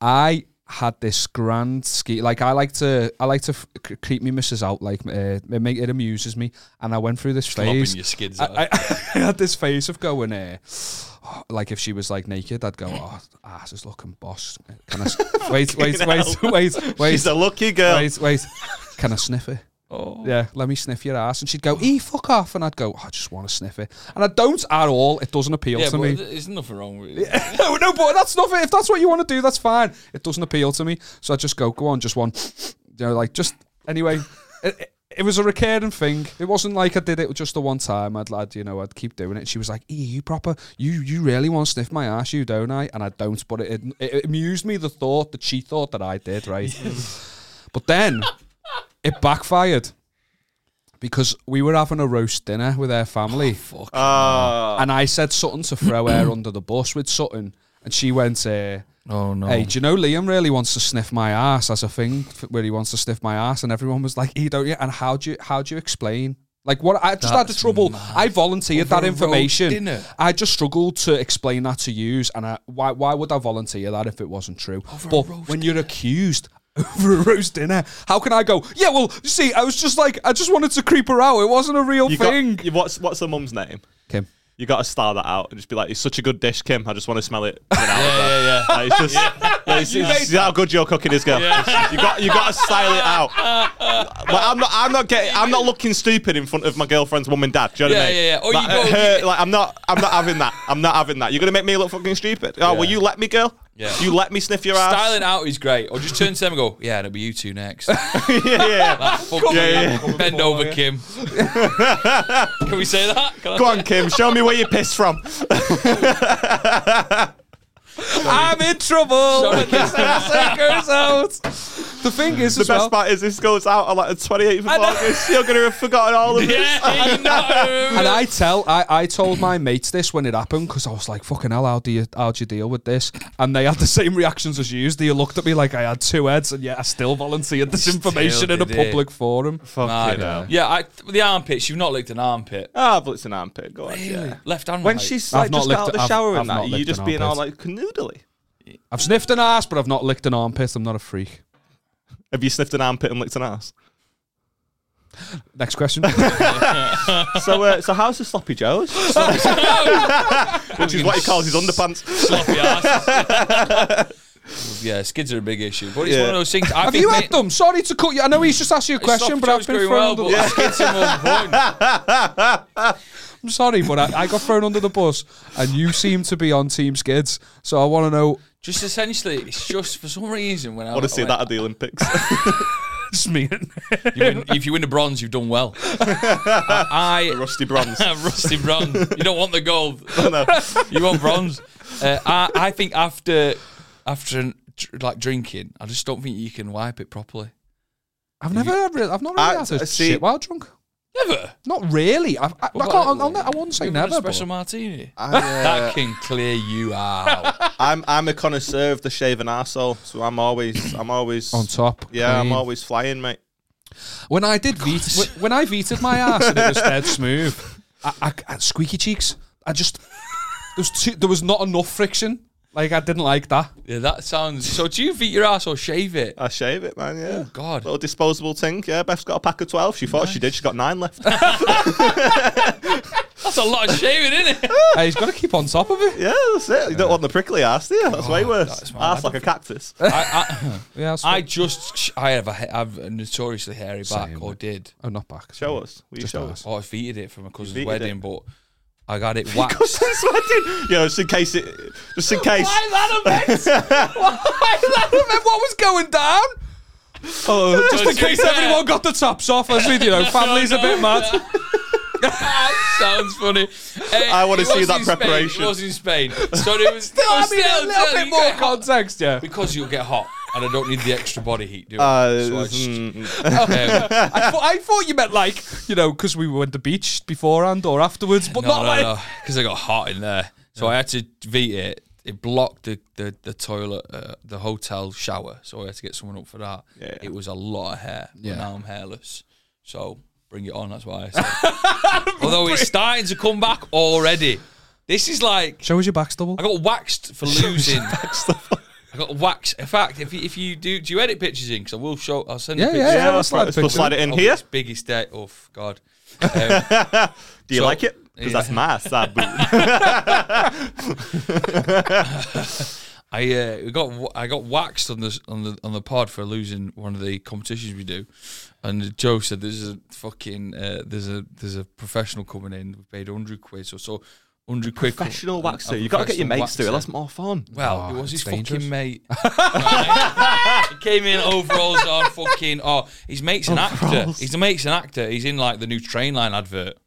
Speaker 3: I had this grand ski. Like I like to. I like to f- c- creep me missus out. Like uh, it, make, it amuses me. And I went through this
Speaker 1: Lobbing
Speaker 3: phase.
Speaker 1: your skids out.
Speaker 3: I, I, I had this phase of going there. Like if she was like naked, I'd go, "Oh, ass is looking boss." Can I? s- wait, wait, wait, wait, wait,
Speaker 2: She's a lucky girl.
Speaker 3: wait, wait. Can I sniff it?
Speaker 1: oh.
Speaker 3: Yeah, let me sniff your ass. And she'd go, "E fuck off," and I'd go, "Oh, "I just want to sniff it," and I don't at all. It doesn't appeal
Speaker 1: Yeah,
Speaker 3: to
Speaker 1: but
Speaker 3: me.
Speaker 1: th- there's nothing wrong with it.
Speaker 3: no, no, but that's not If that's what you want to do, that's fine. It doesn't appeal to me, so I just go, "Go on, just one," you know, like just anyway. it, it, it was a recurring thing. It wasn't like I did it just the one time. I'd, I'd you know, I'd keep doing it. And she was like, "E, you proper, you you really want to sniff my ass, you don't I?" And I don't, but it, it, it amused me the thought that she thought that I did, right? But then it backfired because we were having a roast dinner with her family,
Speaker 1: Fuck.
Speaker 2: Ah.
Speaker 3: and I said something to throw her under the bus with Sutton, and she went, uh,
Speaker 1: oh, no.
Speaker 3: "Hey, do you know Liam really wants to sniff my ass as a thing f- where he wants to sniff my ass?" And everyone was like, "He don't you?" And how do you how do you explain? Like what I just had the
Speaker 1: That's
Speaker 3: trouble.
Speaker 1: mad.
Speaker 3: I volunteered
Speaker 1: Over
Speaker 3: that
Speaker 1: a roast
Speaker 3: information.
Speaker 1: dinner?
Speaker 3: I just struggled to explain that to you, and I, why why would I volunteer that if it wasn't true?
Speaker 1: Over a
Speaker 3: but
Speaker 1: roast
Speaker 3: when you're accused over a roast dinner, how can I go? Yeah, well, you see, I was just like, I just wanted to creep her out. It wasn't a real
Speaker 2: You got-
Speaker 3: thing.
Speaker 2: you- what's what's her mum's name?
Speaker 3: Kim,
Speaker 2: You got to star that out and just be like, "It's such a good dish, Kim. I just want to smell it." An hour
Speaker 1: Yeah, yeah, yeah.
Speaker 2: Like, it's just like, it's, it's- it's how good your cooking is, girl. You got you got to style it out. Like, I'm not I'm not getting I'm not looking stupid in front of my girlfriend's mum and dad. Do you know what I
Speaker 1: Yeah,
Speaker 2: mean?
Speaker 1: yeah, yeah. Or you
Speaker 2: like, uh,
Speaker 1: go-
Speaker 2: her- like, I'm not I'm not having that. I'm not having that. You're gonna make me look fucking stupid. Oh, will you let me, girl?
Speaker 1: Yeah.
Speaker 2: You let me sniff your ass.
Speaker 1: Styling out is great. Or just turn to them and go, yeah, it'll be you two next.
Speaker 2: yeah, yeah.
Speaker 1: Fuck
Speaker 2: Yeah,
Speaker 1: you.
Speaker 2: yeah.
Speaker 1: Bend over, Kim. Can we say that? Can I
Speaker 2: Go on, Kim. Show me where you pissed from.
Speaker 3: I'm in trouble.
Speaker 1: Sorry, Kim.
Speaker 3: goes out. The thing is,
Speaker 2: The
Speaker 3: as
Speaker 2: best
Speaker 3: well,
Speaker 2: part is this goes out on like the 28th of
Speaker 3: I know.
Speaker 2: August. You're gonna have forgotten all of this.
Speaker 1: Yeah, I know. I remember
Speaker 3: and
Speaker 1: that.
Speaker 3: I tell, I, I told my mates this when it happened because I was like, "Fucking hell, how do you how do you deal with this?" And they had the same reactions as you. They looked at me like I had two heads, and yet I still volunteered this
Speaker 1: Still
Speaker 3: information in a
Speaker 1: did it.
Speaker 3: public forum.
Speaker 1: Mad.
Speaker 2: Fucking hell.
Speaker 1: Yeah, I, the armpits. You've not licked an armpit.
Speaker 2: Ah, but it's an armpit. Go on. Yeah.
Speaker 1: Left and
Speaker 2: When
Speaker 1: right.
Speaker 2: she's
Speaker 3: I've
Speaker 2: like
Speaker 3: not
Speaker 2: just
Speaker 3: licked
Speaker 2: out of
Speaker 3: it-
Speaker 2: the
Speaker 3: I've-
Speaker 2: shower
Speaker 3: I've
Speaker 2: and
Speaker 3: not
Speaker 2: that, you
Speaker 3: licked
Speaker 2: just
Speaker 3: an
Speaker 2: being all
Speaker 3: armpit.
Speaker 2: like canoodly.
Speaker 3: I've sniffed an ass, but I've not licked an armpit. I'm not a freak.
Speaker 2: Have you sniffed an armpit and licked an ass?
Speaker 3: Next question.
Speaker 2: so, uh, so how's the sloppy joes? Which is what he calls his underpants.
Speaker 1: sloppy ass. yeah, skids are a big issue, but it's
Speaker 2: Yeah.
Speaker 1: one of those things. I
Speaker 3: Have
Speaker 1: think
Speaker 3: you
Speaker 1: ma-
Speaker 3: had them? Sorry to cut you. I know he's just asked you a question,
Speaker 1: soft
Speaker 3: but I've
Speaker 1: joe's
Speaker 3: been
Speaker 1: going
Speaker 3: thrown
Speaker 1: well,
Speaker 3: under.
Speaker 1: but skids are more important.
Speaker 3: I'm sorry, but I, I got thrown under the bus, and you seem to be on Team Skids. So I want to know.
Speaker 1: Just essentially, it's just for some reason when I
Speaker 2: Want to see
Speaker 1: when-
Speaker 2: that at the Olympics?
Speaker 3: Just me.
Speaker 1: You win, if you win the bronze, you've done well. I,
Speaker 2: Rusty bronze.
Speaker 1: I rusty bronze. You don't want the gold.
Speaker 2: No, no.
Speaker 1: You want bronze. Uh, I, I think after after an- dr- like drinking, I just don't think you can wipe it properly.
Speaker 3: I've never, had really, I've not really
Speaker 2: I-
Speaker 3: had a
Speaker 2: I see-
Speaker 3: shit while drunk.
Speaker 1: Never.
Speaker 3: Not really. I've, I, I
Speaker 1: What about-
Speaker 3: can't. I'll, I'll, I won't say
Speaker 1: Give her an
Speaker 3: never. but-
Speaker 1: espresso martini.
Speaker 2: I, uh,
Speaker 1: that can clear you out.
Speaker 2: I'm I'm a connoisseur of the shaven arsehole, so I'm always I'm always
Speaker 3: on top.
Speaker 2: Yeah, I'm
Speaker 3: clean.
Speaker 2: always flying, mate.
Speaker 3: When I did veto, wh- when I vetoed my ass and it was dead smooth, I, I, I- squeaky cheeks. I just there was too, there was not enough friction. Like I didn't like that.
Speaker 1: yeah, that sounds. So do you beat your ass or shave it?
Speaker 2: I shave it, man. Yeah.
Speaker 1: Oh God.
Speaker 2: Little disposable thing. Yeah, Beth's got a pack of twelve. She thought she did. She's got nine left.
Speaker 1: That's a lot of shaving, isn't it?
Speaker 3: Uh, he's got to keep on top of it.
Speaker 2: yeah, that's it. You don't want the prickly ass, do you? That's way worse.
Speaker 1: that's mad.
Speaker 2: Ass like a cactus.
Speaker 1: I,
Speaker 3: Yeah, that's
Speaker 1: I, I
Speaker 3: fine.
Speaker 1: just I have a he- I have a notoriously hairy back,
Speaker 3: Same.
Speaker 1: or did,
Speaker 3: oh, not back.
Speaker 2: Show us. Will you
Speaker 3: Just
Speaker 2: show
Speaker 3: ass.
Speaker 2: us?
Speaker 1: or I feated it from a cousin's
Speaker 2: feted
Speaker 1: wedding, but I got it
Speaker 2: Because
Speaker 1: waxed.
Speaker 2: it's wedding. Yeah, just in case it. Just in case.
Speaker 1: Why is that a mess? Why is that a mess?
Speaker 3: Remember what was going down?
Speaker 2: Oh,
Speaker 3: Just in case everyone got the tops off, as we you know, family's a bit mad.
Speaker 1: That sounds funny. Eh,
Speaker 2: I wanna
Speaker 1: it was
Speaker 2: see that
Speaker 1: in Spain,
Speaker 2: preparation.
Speaker 1: It was in Spain, so it was still.
Speaker 3: I mean, a little bit more context, yeah.
Speaker 1: because you'll get hot, and I don't need the extra body heat. Do I?
Speaker 2: Uh,
Speaker 1: So I just-
Speaker 2: mm,
Speaker 1: Um,
Speaker 3: I thought, I thought you meant like you know because we went to beach beforehand or afterwards, but
Speaker 1: no,
Speaker 3: not
Speaker 1: no,
Speaker 3: like
Speaker 1: no, because I got hot in there, so I had to beat it. It blocked the the, the toilet, uh, the hotel shower, so I had to get someone up for that.
Speaker 2: Yeah.
Speaker 1: It was a lot of hair.
Speaker 3: Yeah.
Speaker 1: But now I'm hairless, so bring it on. That's why I said. Although it's starting to come back already. This is like
Speaker 3: Show us your back stubble.
Speaker 1: I got waxed for losing. I got waxed. In fact, if you, if you do, do you edit pictures in? Because I will show. I'll send.
Speaker 3: Yeah,
Speaker 1: a picture.
Speaker 3: yeah,
Speaker 2: yeah,
Speaker 3: we'll
Speaker 2: let's,
Speaker 3: slide
Speaker 2: slide, let's, we'll
Speaker 3: picture.
Speaker 2: slide it in
Speaker 1: Of
Speaker 2: here.
Speaker 1: its biggest day. Oh f- God. Um,
Speaker 2: Do you
Speaker 1: So-
Speaker 2: like it? Because that's my sad boot.
Speaker 1: I uh, we got wa- I got waxed on the on the on the pod for losing one of the competitions we do, and Joe said there's a fucking uh, there's a there's a professional coming in. We paid hundred quid, so so hundred quid. co-
Speaker 2: Professional
Speaker 1: a-
Speaker 2: waxer.
Speaker 1: a
Speaker 2: You got to get your
Speaker 1: professional
Speaker 2: mates to it.
Speaker 1: waxer.
Speaker 2: That's more fun.
Speaker 1: Well,
Speaker 3: Oh,
Speaker 1: it was his
Speaker 3: it's dangerous.
Speaker 1: fucking mate. Right. he came in overalls on fucking. Oh, his mate's an actor.
Speaker 2: Overalls.
Speaker 1: His mate's an actor. He's in like the new train line advert.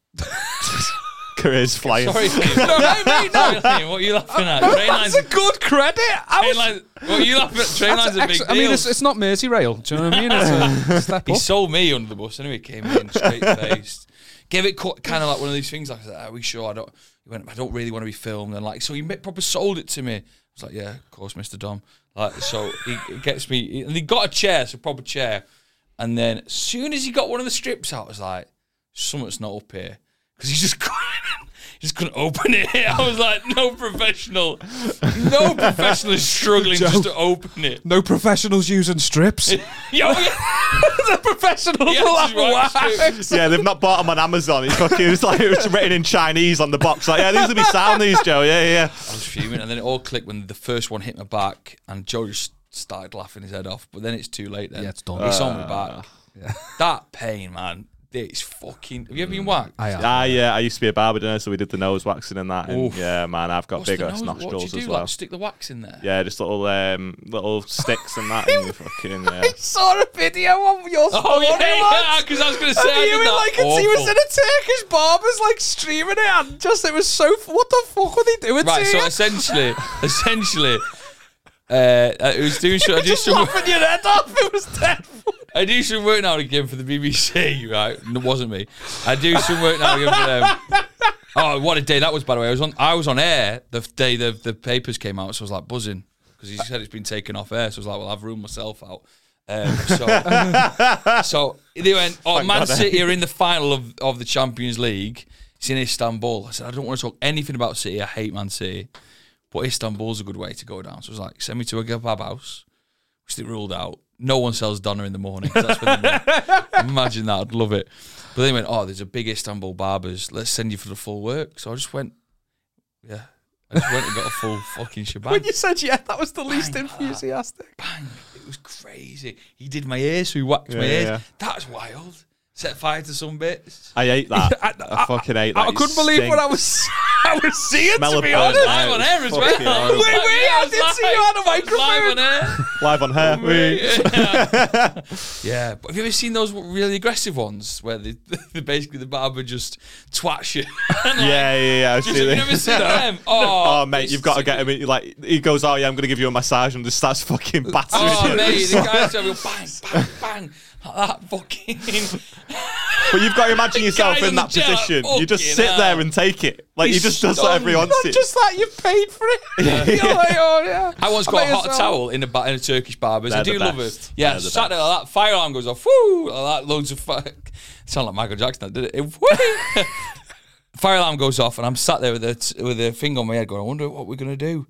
Speaker 2: Careers flying.
Speaker 1: Sorry, no,
Speaker 3: I
Speaker 1: Train Line, what are you laughing at? Train line's,
Speaker 3: That's a good credit. I
Speaker 1: train
Speaker 3: was,
Speaker 1: line, what are you laughing at? Train
Speaker 3: that's
Speaker 1: line's a big
Speaker 3: ex-
Speaker 1: deal.
Speaker 3: I mean, it's, it's not Mersey Rail. Do you know what I mean? It's a step
Speaker 1: He
Speaker 3: up.
Speaker 1: sold me under the bus anyway. Came in straight faced, gave it kind of like one of these things. Like, I said, are we sure? I don't. He went, I don't really want to be filmed. And like, so he mi- proper sold it to me. I was like, yeah, of course, Mister Dom. Like, so he he gets me, and he got a chair, so proper chair. And then, as soon as he got one of the strips out, I was like, something's not up here because he just couldn't. he Just couldn't open it. I was like, no professional, no professional is struggling
Speaker 3: Joe.
Speaker 1: just to open it.
Speaker 3: No professionals using strips.
Speaker 1: Yo, yeah,
Speaker 3: the professionals
Speaker 1: Yeah,
Speaker 3: will
Speaker 1: this
Speaker 3: have
Speaker 1: is right,
Speaker 3: wax.
Speaker 2: Yeah, they've not bought them on Amazon. It's fucking it's like it's written in Chinese on the box. Like, yeah, these will be sound these, Joe. Yeah, yeah.
Speaker 1: I was fuming, and then it all clicked when the first one hit my back, and Joe just started laughing his head off. But then it's too late. Then
Speaker 3: Yeah, it's done.
Speaker 1: It's on
Speaker 2: Uh,
Speaker 1: my back. That pain, man. It's fucking. Have you ever been whacked?
Speaker 3: Mm. I am.
Speaker 2: Ah, yeah. I used to be a barber, didn't I? So we did the nose waxing and that. And
Speaker 1: Oof.
Speaker 2: yeah, man, I've got
Speaker 1: What's
Speaker 2: big
Speaker 1: the nose-
Speaker 2: ass
Speaker 1: What
Speaker 2: nostrils
Speaker 1: do you
Speaker 2: as
Speaker 1: do?
Speaker 2: well.
Speaker 1: Like stick the wax in there.
Speaker 2: yeah, just little um, little sticks and that. and fucking yeah.
Speaker 3: saw a video of your
Speaker 1: Oh yeah, because I was gonna say. I
Speaker 3: And
Speaker 1: did
Speaker 3: you were
Speaker 1: that.
Speaker 3: like, and he was
Speaker 1: Awful.
Speaker 3: in a Turkish barber's like streaming it, and just it was so. f- What the fuck were they doing
Speaker 1: Right,
Speaker 3: to
Speaker 1: so
Speaker 3: you?
Speaker 1: essentially, essentially, uh, I was doing. so- I did
Speaker 3: just
Speaker 1: some.
Speaker 3: laughing your head off. It was dead.
Speaker 1: I do some work now and again for the BBC, right? No, It wasn't me. I do some work now and again for them. Oh, what a day that was! By the way, I was on I was on air the f- day the the papers came out, so I was like buzzing because he said it's been taken off air. So I was like, well, I've ruined myself out. Um, so, so they went. Oh, Man
Speaker 2: God, eh?
Speaker 1: City are in the final of, of the Champions League. It's in Istanbul. I said I don't want to talk anything about City. I hate Man City, but Istanbul's a good way to go down. So I was like, send me to a kebab house which they ruled out. No one sells doner in the morning. 'cause That's when they went. Imagine that. I'd love it. But they went, oh, there's a big Istanbul barbers. Let's send you for the full work. So I just went, yeah. I just went and got a full fucking shebang.
Speaker 3: When you said yeah, that was the least enthusiastic.
Speaker 1: Bang. It was crazy. He did my ears, so he whacked my
Speaker 2: Yeah,
Speaker 1: ears.
Speaker 2: yeah.
Speaker 1: That's wild. Set fire to some bits.
Speaker 2: I ate that.
Speaker 3: I-
Speaker 2: I,
Speaker 3: I-
Speaker 2: fucking ate that.
Speaker 3: I
Speaker 2: It
Speaker 3: couldn't believe what I
Speaker 2: stinks.
Speaker 3: was I was seeing.
Speaker 2: Smell
Speaker 3: to
Speaker 2: of
Speaker 3: be
Speaker 2: burnt
Speaker 3: honest,
Speaker 2: out.
Speaker 1: Live on air as
Speaker 2: Fucking
Speaker 1: well.
Speaker 2: horrible.
Speaker 3: Wait, wait, I did see you on a
Speaker 1: I was live
Speaker 3: microphone.
Speaker 1: on air.
Speaker 2: live on hair. Wee.
Speaker 4: Yeah, but have you ever seen those really aggressive ones where they, they basically the barber just twats you?
Speaker 2: yeah, yeah, yeah. I've
Speaker 4: You've
Speaker 2: seen it.
Speaker 4: never seen them? Oh,
Speaker 2: Oh, mate,
Speaker 4: it's
Speaker 2: you've got to get him. in- Like he goes, "Oh yeah, I'm gonna give you a massage," and just starts fucking battering.
Speaker 4: Oh,
Speaker 2: you.
Speaker 4: mate, the guy's having bang, bang, bang, like that fucking.
Speaker 2: But you've got to imagine yourself
Speaker 4: Guy
Speaker 2: in
Speaker 4: in
Speaker 2: that
Speaker 4: the chair,
Speaker 2: position. You just
Speaker 4: fucking
Speaker 2: sit there
Speaker 4: hell.
Speaker 2: and take it. Like
Speaker 4: He's
Speaker 2: he just does what
Speaker 4: stunned.
Speaker 2: everyone
Speaker 4: Not
Speaker 2: wants. it.
Speaker 3: Just like you've paid for it. You're like, oh, yeah.
Speaker 4: I once got
Speaker 3: may
Speaker 4: a hot
Speaker 3: as well.
Speaker 4: towel in a, ba- in a Turkish barber's. I
Speaker 2: They're
Speaker 4: do
Speaker 2: the
Speaker 4: love
Speaker 2: best.
Speaker 4: it. Yeah,
Speaker 2: They're the
Speaker 4: sat there like that, fire alarm goes off, whoo, like that, loads of fire. Sound like Michael Jackson, did it? it whoo. fire alarm goes off, and I'm sat there with a, t- with a finger on my head going, I wonder what we're going to do.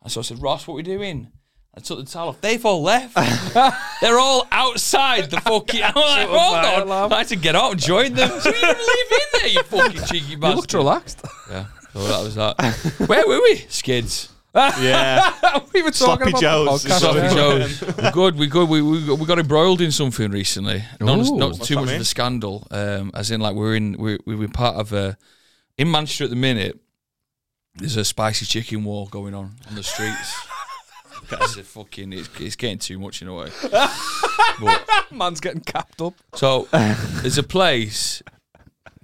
Speaker 4: And so I said, Ross, what we doing? I took the towel off. They've all left. They're all outside the fucking. I'm like,
Speaker 3: Sort of
Speaker 4: hold
Speaker 3: fire
Speaker 4: on.
Speaker 3: alarm.
Speaker 4: I had to get out and join them. So you didn't leave in there, you fucking cheeky bastard.
Speaker 3: You looked relaxed.
Speaker 4: Yeah. So that was that. Where were we? Skids.
Speaker 2: Yeah.
Speaker 3: we were
Speaker 2: Sloppy
Speaker 3: talking about
Speaker 2: Joes.
Speaker 3: The podcast.
Speaker 4: Sloppy
Speaker 3: yeah.
Speaker 4: Joes. We're good. We good. We, we we got embroiled in something recently. Not,
Speaker 3: Ooh.
Speaker 4: not too
Speaker 2: that
Speaker 4: much
Speaker 2: mean?
Speaker 4: of a scandal. Um, as in, like we're in we we were part of a in Manchester at the minute. There's a spicy chicken war going on on the streets. It's a fucking. It's, it's getting too much in a way. But-
Speaker 3: Man's getting capped up.
Speaker 4: so there's a place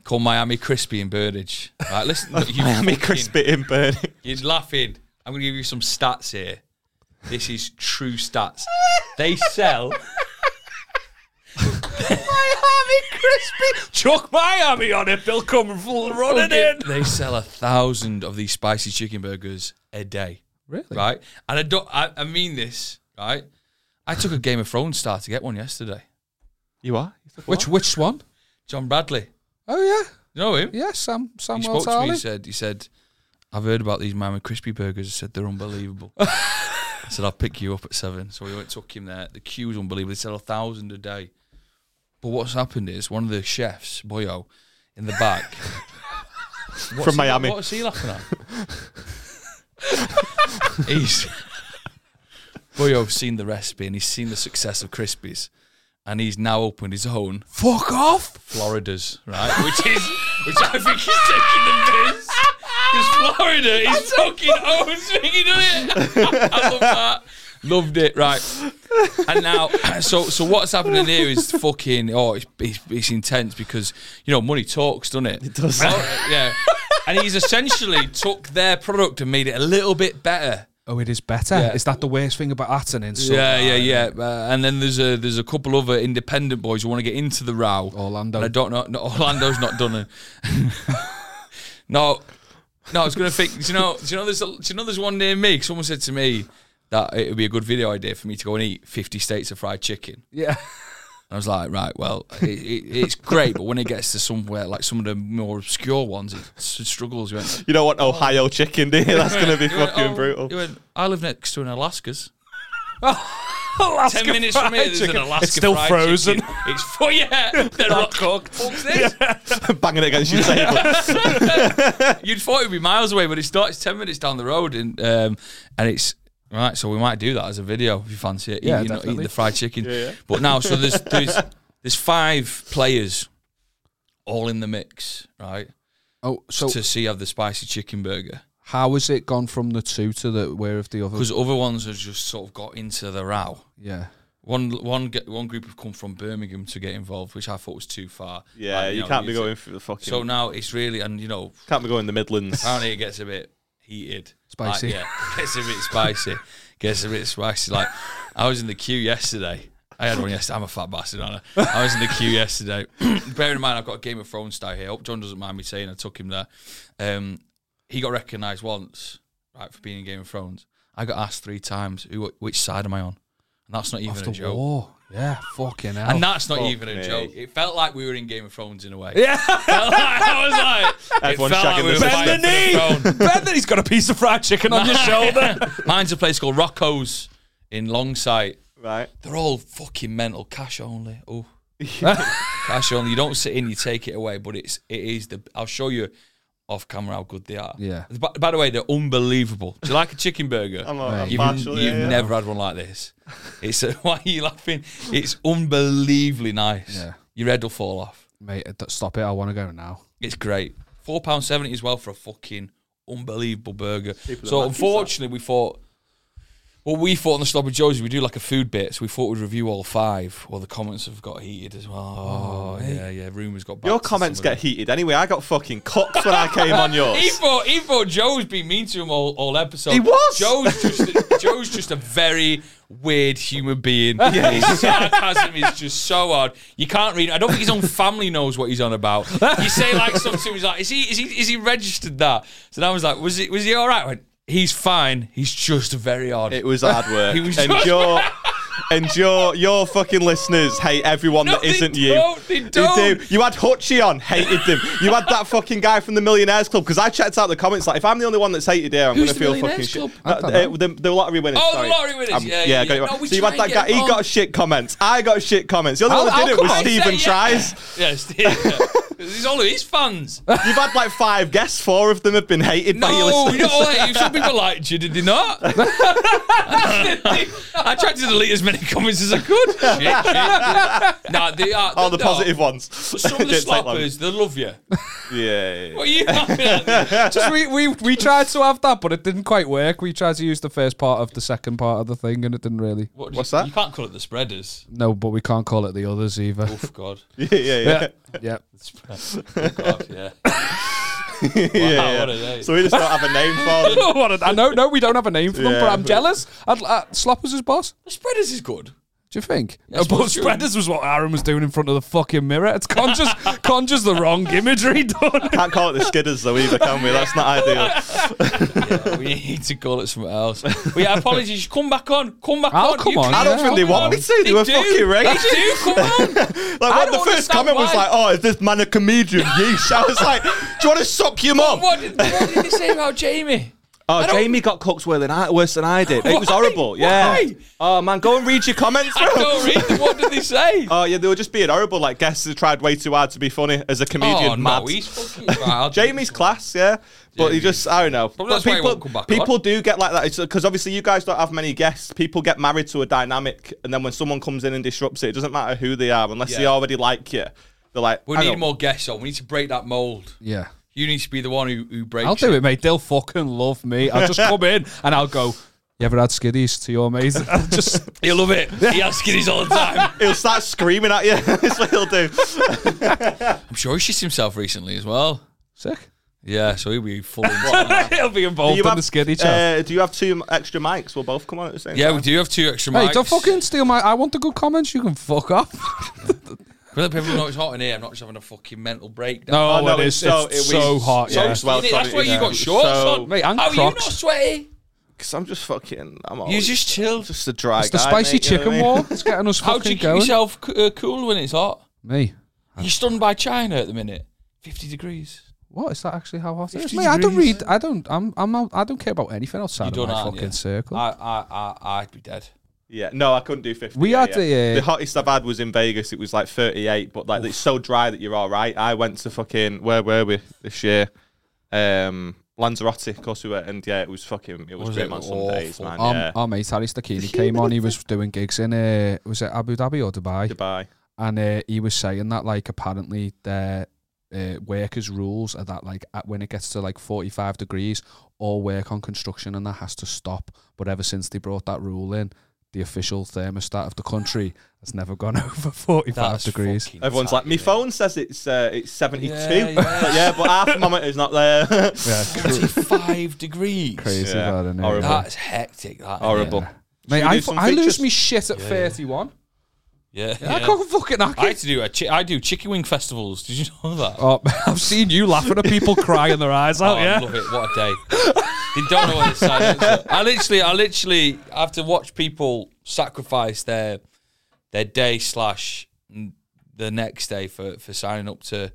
Speaker 4: called Miami Crispy in Burnage. Right, listen, you
Speaker 2: Miami
Speaker 4: fucking-
Speaker 2: crispy in burning.
Speaker 4: You're laughing. I'm going to give you some stats here. This is true stats. They sell. Miami crispy. Chuck Miami on it. They'll come running in. They sell a thousand of these spicy chicken burgers a day.
Speaker 3: Really?
Speaker 4: Right? And I don't. I, I mean this. Right? I took a Game of Thrones star to get one yesterday.
Speaker 2: You are.
Speaker 3: Which which one?
Speaker 4: John Bradley.
Speaker 3: Oh
Speaker 4: You know him?
Speaker 3: yeah, yeah. Sam
Speaker 4: He
Speaker 3: Samuel
Speaker 4: spoke to me. He
Speaker 3: Tarly.
Speaker 4: said, "He said, I've heard about these Miami crispy burgers. I said they're unbelievable. I said I'll pick you up at seven. So we went took him there. The queue was unbelievable. They sell a thousand a day. But what's happened is one of the chefs, Boyo, in the back What's
Speaker 2: From
Speaker 4: he-
Speaker 2: Miami.
Speaker 4: What's he laughing at? he's Boyo's seen the recipe and he's seen the success of Crispies, and he's now opened his own
Speaker 3: Fuck off.
Speaker 4: Florida's, right? Which is, which I think is taking the piss. Because Florida is fucking owns me, doesn't it? I love that. Loved it, right? And now, so so what's happening here is fucking oh, it's, it's, it's intense because you know money talks, doesn't it? It
Speaker 2: does.
Speaker 4: yeah. And he's essentially took their product and made it a little bit better.
Speaker 3: Oh, it is better.
Speaker 4: Yeah.
Speaker 3: Is that the worst thing about that's an insult?
Speaker 4: yeah, yeah, yeah.
Speaker 3: Um,
Speaker 4: Uh, and then there's a there's a couple other independent boys who want to get into the row.
Speaker 3: Orlando.
Speaker 4: And I don't know. No, Orlando's not done it. no, no. I was gonna think. Do you know? Do you know? There's a, do you know? There's one near me. Someone said to me that it would be a good video idea for me to go and eat 50 states of fried chicken.
Speaker 3: Yeah.
Speaker 4: And I was like, right, well, it, it, it's great, but when it gets to somewhere like some of the more obscure ones, it s- struggles. He went,
Speaker 2: You don't want Ohio chicken, do you? That's gonna be
Speaker 4: he went,
Speaker 2: fucking
Speaker 4: "Oh,"
Speaker 2: brutal.
Speaker 4: He went, I live next to an Alaska's.
Speaker 3: Alaska
Speaker 4: Ten minutes from here,
Speaker 3: fried
Speaker 4: there's
Speaker 3: chicken.
Speaker 4: an Alaska.
Speaker 3: It's still
Speaker 4: fried
Speaker 3: frozen.
Speaker 4: chicken. It's for yeah, they're not cooked. Fuck's this?
Speaker 2: Banging it against your table.
Speaker 4: You'd thought it'd be miles away, but it's not. It's ten minutes down the road, and um, and it's right. So we might do that as a video if you fancy it.
Speaker 3: Yeah,
Speaker 4: eating,
Speaker 3: definitely.
Speaker 4: eating the fried chicken.
Speaker 2: yeah.
Speaker 4: But now, so there's there's there's five players, all in the mix, right?
Speaker 3: Oh, so
Speaker 4: to see have the spicy chicken burger
Speaker 3: how has it gone from the two to the where of the other?
Speaker 4: because other ones have just sort of got into the row.
Speaker 3: Yeah.
Speaker 4: One one ge- one group have come from Birmingham to get involved, which I thought was too far.
Speaker 2: Yeah,
Speaker 4: Like,
Speaker 2: you
Speaker 4: know,
Speaker 2: can't be
Speaker 4: it's-
Speaker 2: going through the fucking.
Speaker 4: So now it's really and you know
Speaker 2: can't be going the Midlands.
Speaker 4: Apparently, it gets a bit heated,
Speaker 3: Spicy.
Speaker 4: Like, yeah, gets a bit spicy. Gets a bit spicy. Like I was in the queue yesterday. I had one yesterday. I'm a fat bastard, aren't I? I was in the queue yesterday. Bearing in mind, I've got a Game of Thrones style here. Hope John doesn't mind me saying I took him there. Um, he got recognised once, right, for being in Game of Thrones. I got asked three times, "Who, which side am I on?" And that's not even
Speaker 3: Off
Speaker 4: a
Speaker 3: the
Speaker 4: joke.
Speaker 3: war. Oh, Yeah. Fucking hell.
Speaker 4: And that's not
Speaker 2: Oh, fuck
Speaker 4: even a
Speaker 2: me.
Speaker 4: joke. It felt like we were in Game of Thrones in a way.
Speaker 3: Yeah.
Speaker 4: Felt like- I was like,
Speaker 2: Everyone
Speaker 4: it felt like
Speaker 2: shagging
Speaker 4: we were
Speaker 2: the
Speaker 3: Bend
Speaker 4: fighting
Speaker 3: the
Speaker 4: for the
Speaker 3: knee.
Speaker 4: throne.
Speaker 3: Ben, that he's got a piece of fried chicken on your shoulder.
Speaker 4: Mine's a place called Rocco's in Longsight.
Speaker 2: Right.
Speaker 4: They're all fucking mental, cash only. Oh, cash only. You don't sit in, you take it away. But it's it is the. I'll show you off camera how good they are.
Speaker 3: Yeah.
Speaker 4: By, by the way, they're unbelievable. Do you like a chicken burger?
Speaker 2: I'm not- I'm
Speaker 4: you've
Speaker 2: partial, yeah,
Speaker 4: you've
Speaker 2: yeah.
Speaker 4: never had one like this. It's a, why are you laughing? It's unbelievably nice.
Speaker 3: Yeah.
Speaker 4: Your head will fall off.
Speaker 3: Mate, uh, stop it. I want to go now.
Speaker 4: It's great. Four pound seventy as well for a fucking unbelievable burger.
Speaker 2: than
Speaker 4: So
Speaker 2: Mackey's,
Speaker 4: unfortunately, we thought Well, we thought on the Slob of Joe's, we do like a food bit, so we thought we'd review all five. Well, the comments have got heated as well. Oh, yeah, yeah. Rumours got back.
Speaker 2: Your
Speaker 4: to
Speaker 2: comments
Speaker 4: some
Speaker 2: get
Speaker 4: of
Speaker 2: heated anyway. I got fucking cocked when I came on
Speaker 4: them. He
Speaker 2: yours.
Speaker 4: thought, he thought Joe's been mean to him all, all episode.
Speaker 2: He was!
Speaker 4: Joe's just, Joe's just a very weird human being. His sarcasm is just so hard. You can't read. I don't think his own family knows what he's on about. You say like stuff to him. He's like, is he is he is he registered that? So then I was like, was he was he all right? I went, he's fine. He's just very odd.
Speaker 2: It was hard work.
Speaker 4: He was
Speaker 2: and
Speaker 4: just-
Speaker 2: your and your your fucking listeners hate everyone
Speaker 4: No,
Speaker 2: that
Speaker 4: they
Speaker 2: isn't you.
Speaker 4: don't, they don't.
Speaker 2: do. You had Hutchie on, hated them. You had that fucking guy from the Millionaires Club because I checked out the comments. Like, if I'm the only one that's hated here, I'm
Speaker 4: Who's
Speaker 2: gonna
Speaker 4: the
Speaker 2: feel fucking
Speaker 4: Millionaires
Speaker 2: shit.
Speaker 4: Club?
Speaker 2: Uh,
Speaker 3: don't
Speaker 2: uh, the, the lottery winners.
Speaker 4: Oh, the
Speaker 2: sorry.
Speaker 4: lottery winners, yeah, yeah,
Speaker 2: I got it
Speaker 4: yeah.
Speaker 2: wrong.
Speaker 4: No, we
Speaker 2: so you
Speaker 4: try
Speaker 2: had
Speaker 4: and
Speaker 2: that
Speaker 4: get
Speaker 2: guy. He
Speaker 4: them on.
Speaker 2: got shit comments. I got shit comments. The only
Speaker 3: How-
Speaker 2: one that
Speaker 3: how
Speaker 2: did it
Speaker 3: come
Speaker 2: was
Speaker 3: I say
Speaker 2: Stephen Tries.
Speaker 4: Yes, he's all his fans. No,
Speaker 2: You've had like five guests. Four of them have been hated by your
Speaker 4: you
Speaker 2: listeners.
Speaker 4: know, like, some people liked you, did they not? I tried to delete as many comments as I could. Shit, shit, shit. Nah, they are.
Speaker 2: All the
Speaker 4: no.
Speaker 2: positive ones.
Speaker 4: Some of the
Speaker 2: Didn't take long.
Speaker 4: slappers, they love you.
Speaker 2: Yeah. yeah.
Speaker 4: What are you laughing at?
Speaker 3: Just we, we we tried to have that, but it didn't quite work. We tried to use the first part of the second part of the thing, and it didn't really.
Speaker 4: What,
Speaker 2: What's
Speaker 4: you,
Speaker 2: that?
Speaker 4: You can't call it the spreaders.
Speaker 3: No, but we can't call it the others either.
Speaker 4: Oof, God.
Speaker 2: Yeah, yeah, yeah.
Speaker 3: Yeah, yeah.
Speaker 4: Oh, God, yeah.
Speaker 2: yeah,
Speaker 4: Wow,
Speaker 2: yeah.
Speaker 4: what a day.
Speaker 2: So we just don't have a name for them.
Speaker 3: What a- I know, Uh, no, we don't have a name for them,
Speaker 2: Yeah.
Speaker 3: but I'm jealous. I'd, uh, Sloppers is boss.
Speaker 4: The spreaders is good.
Speaker 3: Do you think?
Speaker 4: Yeah, I suppose
Speaker 3: but
Speaker 4: true.
Speaker 3: spreaders was what Aaron was doing in front of the fucking mirror. It's conjures conjures the wrong imagery. Done.
Speaker 2: Can't call it the skidders though either, can we? That's not ideal.
Speaker 4: Yeah, we need to call it something else. But yeah, apologies. Come back on. Come back
Speaker 3: Oh,
Speaker 4: on.
Speaker 3: come
Speaker 4: You
Speaker 3: on,
Speaker 4: can-
Speaker 2: I don't
Speaker 3: Yeah,
Speaker 2: think they
Speaker 3: come
Speaker 2: want
Speaker 3: on.
Speaker 2: me to. They, were
Speaker 4: do.
Speaker 2: fucking
Speaker 4: They
Speaker 2: racist.
Speaker 4: do. Come on.
Speaker 2: Like
Speaker 4: I
Speaker 2: when the
Speaker 4: don't
Speaker 2: first
Speaker 4: understand
Speaker 2: comment was
Speaker 4: why.
Speaker 2: like, "Oh, is this man a comedian?" Yeesh. I was like, "Do you want to suck your mum?"
Speaker 4: What did, what did they say about Jamie?
Speaker 2: Oh,
Speaker 4: don't-
Speaker 2: Jamie got cooked worse than I, worse than I did. It was
Speaker 4: Why?
Speaker 2: horrible. Yeah.
Speaker 4: Why?
Speaker 2: Oh man, go and read your comments.
Speaker 4: I
Speaker 2: bro.
Speaker 4: don't read them. What did they say?
Speaker 2: Oh yeah, they were just being horrible. Like guests who tried way too hard to be funny as a comedian.
Speaker 4: oh,
Speaker 2: mad.
Speaker 4: no, he's fucking bad.
Speaker 2: Jamie's class, yeah. But he
Speaker 4: Jamie's-
Speaker 2: just, I don't know.
Speaker 4: Probably
Speaker 2: But
Speaker 4: that's why he
Speaker 2: people,
Speaker 4: won't come back
Speaker 2: people
Speaker 4: on.
Speaker 2: do get like that because obviously you guys don't have many guests. People get married to a dynamic, and then when someone comes in and disrupts it, it doesn't matter who they are unless they
Speaker 4: Yeah.
Speaker 2: already like you. They're like,
Speaker 4: We
Speaker 2: hang
Speaker 4: need
Speaker 2: on.
Speaker 4: more guests on. We need to break that mold.
Speaker 3: Yeah.
Speaker 4: You need to be the one who, who breaks
Speaker 3: I'll do
Speaker 4: it.
Speaker 3: it, mate. They'll fucking love me. I'll just come in and I'll go. You ever had skiddies to your mate? I'll just
Speaker 4: He'll love it. He has skinnies all the time.
Speaker 2: He'll start screaming at you. That's what he'll do.
Speaker 4: I'm sure he shits himself recently as well.
Speaker 3: sick.
Speaker 4: Yeah, so he'll be full. in-
Speaker 3: He'll be involved in the skiddy chat.
Speaker 2: uh, do you have two extra mics? We'll both come on at the same
Speaker 4: yeah,
Speaker 2: time.
Speaker 4: we do have two extra mics.
Speaker 3: Hey, don't fucking steal my. I want the good comments. You can fuck off.
Speaker 4: We let people know it's hot in here. I'm not just having a fucking mental breakdown.
Speaker 3: No,
Speaker 2: Oh, no,
Speaker 3: it
Speaker 2: it's
Speaker 3: is.
Speaker 2: so-
Speaker 3: it's
Speaker 2: it
Speaker 3: so
Speaker 2: was-
Speaker 3: hot.
Speaker 2: so
Speaker 3: yeah.
Speaker 2: it's well
Speaker 4: That's why
Speaker 2: sorted,
Speaker 4: you
Speaker 2: yeah.
Speaker 4: got shorts
Speaker 2: So-
Speaker 4: on.
Speaker 3: Mate, and
Speaker 4: How are you not
Speaker 3: Crocs.
Speaker 4: sweaty?
Speaker 2: Because I'm just fucking. I'm all.
Speaker 4: You just chilled.
Speaker 2: just a dry
Speaker 3: It's the
Speaker 2: guy,
Speaker 3: spicy
Speaker 2: mate, you know what
Speaker 3: chicken
Speaker 2: I mean?
Speaker 3: war. It's getting us
Speaker 4: How do you
Speaker 3: fucking
Speaker 4: keep
Speaker 3: going.
Speaker 4: yourself c- uh, cool when it's hot?
Speaker 3: Me.
Speaker 4: You're stunned by China at the minute. 50 degrees.
Speaker 3: What is that actually? How hot it is?
Speaker 4: 50
Speaker 3: Mate, I don't
Speaker 4: degrees.
Speaker 3: read. I don't. I'm. I'm. Out, I don't care about anything outside
Speaker 4: You
Speaker 3: of
Speaker 4: don't,
Speaker 3: my
Speaker 4: aren't
Speaker 3: fucking
Speaker 4: you?
Speaker 2: Ah,
Speaker 3: circle.
Speaker 4: I, I, I, I'd be dead.
Speaker 2: Yeah, no, I couldn't do 50.
Speaker 3: We
Speaker 2: yeah,
Speaker 3: had
Speaker 2: yeah.
Speaker 3: a, uh,
Speaker 2: the hottest I've had was in Vegas. It was like 38, but like it's so dry that you're all right. I went to fucking where were we this year? Um, Lanzarote, of course we were, and yeah, it was fucking it was,
Speaker 4: Was
Speaker 2: grim
Speaker 4: it
Speaker 2: on some days,
Speaker 4: awful?
Speaker 2: man.
Speaker 3: Our,
Speaker 2: yeah,
Speaker 3: um, our mate Harry Stakini came on. He was doing gigs in uh, was it Abu Dhabi or Dubai?
Speaker 2: Dubai.
Speaker 3: and uh, he was saying that like apparently their uh, workers' rules are that like at, when it gets to like forty five degrees, all work on construction and that has to stop. But ever since they brought that rule in, the official thermostat of the country has never gone over forty five
Speaker 4: That's
Speaker 3: degrees.
Speaker 4: fucking
Speaker 2: Everyone's
Speaker 4: tight,
Speaker 2: like, my
Speaker 4: isn't it?
Speaker 2: phone says it's uh, it's 72.
Speaker 4: Yeah,
Speaker 2: Yeah,
Speaker 4: yeah.
Speaker 2: but, yeah, but our thermometer's not there.
Speaker 3: Yeah,
Speaker 4: 45 degrees.
Speaker 3: crazy
Speaker 2: Yeah,
Speaker 3: that, innit?
Speaker 2: horrible.
Speaker 4: That's hectic. That
Speaker 2: Horrible. Should
Speaker 3: Mate,
Speaker 2: we
Speaker 3: I,
Speaker 2: do
Speaker 3: f-
Speaker 2: some
Speaker 3: I lose
Speaker 2: features?
Speaker 3: me shit at
Speaker 4: Yeah, yeah.
Speaker 3: thirty one.
Speaker 4: Yeah. yeah.
Speaker 3: I can't fucking hack
Speaker 4: I
Speaker 3: it.
Speaker 4: had to do a chi- I do chicken wing festivals. Did you know that?
Speaker 3: Oh, I've seen you laughing at people crying their eyes out.
Speaker 4: Oh, I
Speaker 3: yeah,
Speaker 4: love it. What a day. they don't know what this side looks like. I literally, I literally have to watch people sacrifice their their day slash n- the next day for, for signing up to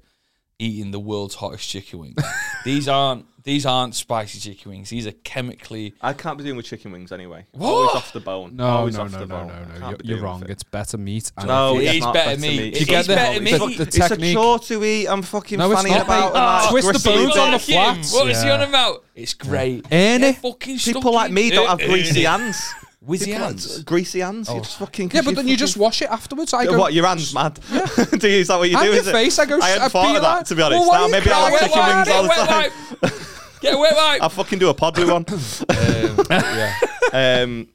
Speaker 4: eating the world's hottest chicken wings. these aren't these aren't spicy chicken wings. These are chemically
Speaker 2: I can't be doing with chicken wings anyway. Always off the bone.
Speaker 3: no,
Speaker 2: Always
Speaker 3: no,
Speaker 2: off
Speaker 3: no,
Speaker 2: the
Speaker 3: no,
Speaker 2: bone.
Speaker 3: no,
Speaker 2: I
Speaker 3: no.
Speaker 2: can't
Speaker 3: You're,
Speaker 2: be
Speaker 3: you're
Speaker 2: dealing
Speaker 3: wrong.
Speaker 2: with it.
Speaker 3: It's better meat. and
Speaker 2: No,
Speaker 3: it's
Speaker 4: it's
Speaker 2: not
Speaker 4: better
Speaker 2: better
Speaker 4: meat.
Speaker 2: meat.
Speaker 4: It's
Speaker 2: You
Speaker 3: get
Speaker 4: better
Speaker 3: the-
Speaker 4: meat.
Speaker 3: the- the
Speaker 2: It's a
Speaker 3: technique.
Speaker 2: chore to eat. I'm fucking
Speaker 3: No, it's
Speaker 2: fanning
Speaker 3: not.
Speaker 2: about.
Speaker 3: Oh,
Speaker 2: and, like,
Speaker 3: twist the
Speaker 2: gristly
Speaker 3: bones
Speaker 2: bits.
Speaker 3: on the
Speaker 4: Like him.
Speaker 3: flats.
Speaker 4: What is he
Speaker 3: Yeah.
Speaker 4: on about? It's great.
Speaker 3: Ernie?
Speaker 4: They're fucking
Speaker 2: People like me don't have greasy hands.
Speaker 4: With
Speaker 2: People
Speaker 4: your
Speaker 2: like
Speaker 4: hands?
Speaker 2: greasy hands. You just fucking.
Speaker 3: Oh. Yeah, but then you just
Speaker 2: fucking-
Speaker 3: wash it afterwards. I go,
Speaker 2: what your hands mad? do you, is that what you
Speaker 3: And
Speaker 2: do?
Speaker 3: your
Speaker 2: is it?
Speaker 3: face, I go,
Speaker 2: I
Speaker 3: I'd
Speaker 2: hadn't
Speaker 3: be
Speaker 2: thought of
Speaker 3: like,
Speaker 2: that to be honest.
Speaker 3: well, why
Speaker 2: now
Speaker 3: you
Speaker 2: maybe
Speaker 3: can't
Speaker 2: I'll have
Speaker 3: wear
Speaker 2: chicken
Speaker 3: white?
Speaker 2: wings all the time.
Speaker 4: Get a wet wipe.
Speaker 2: I fucking do a pod with one.
Speaker 4: Um, yeah.
Speaker 2: Um,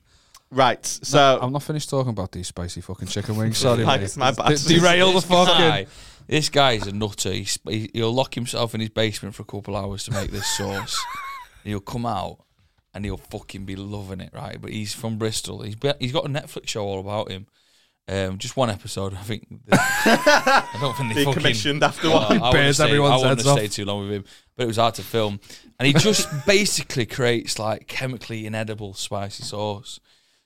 Speaker 2: Right. So
Speaker 3: I'm not finished talking about these spicy fucking chicken wings. Sorry,
Speaker 2: My-
Speaker 3: mate.
Speaker 2: my bad.
Speaker 3: D- derail the
Speaker 4: This
Speaker 3: fucking.
Speaker 4: guy- This guy's a nutter. He's, he, he'll lock himself in his basement for a couple hours to make this sauce. he'll come out and he'll fucking be loving it, right? But he's from Bristol. He's be, he's got a Netflix show all about him. Um, just one episode, I think. I don't think they
Speaker 2: they
Speaker 4: fucking.
Speaker 2: commissioned after
Speaker 4: Oh,
Speaker 2: one.
Speaker 4: I
Speaker 3: bears
Speaker 4: wouldn't stay-
Speaker 3: everyone's
Speaker 4: I wouldn't
Speaker 3: heads
Speaker 4: have
Speaker 3: off.
Speaker 4: stayed too long with him, but it was hard to film. And he just basically creates like chemically inedible spicy sauce.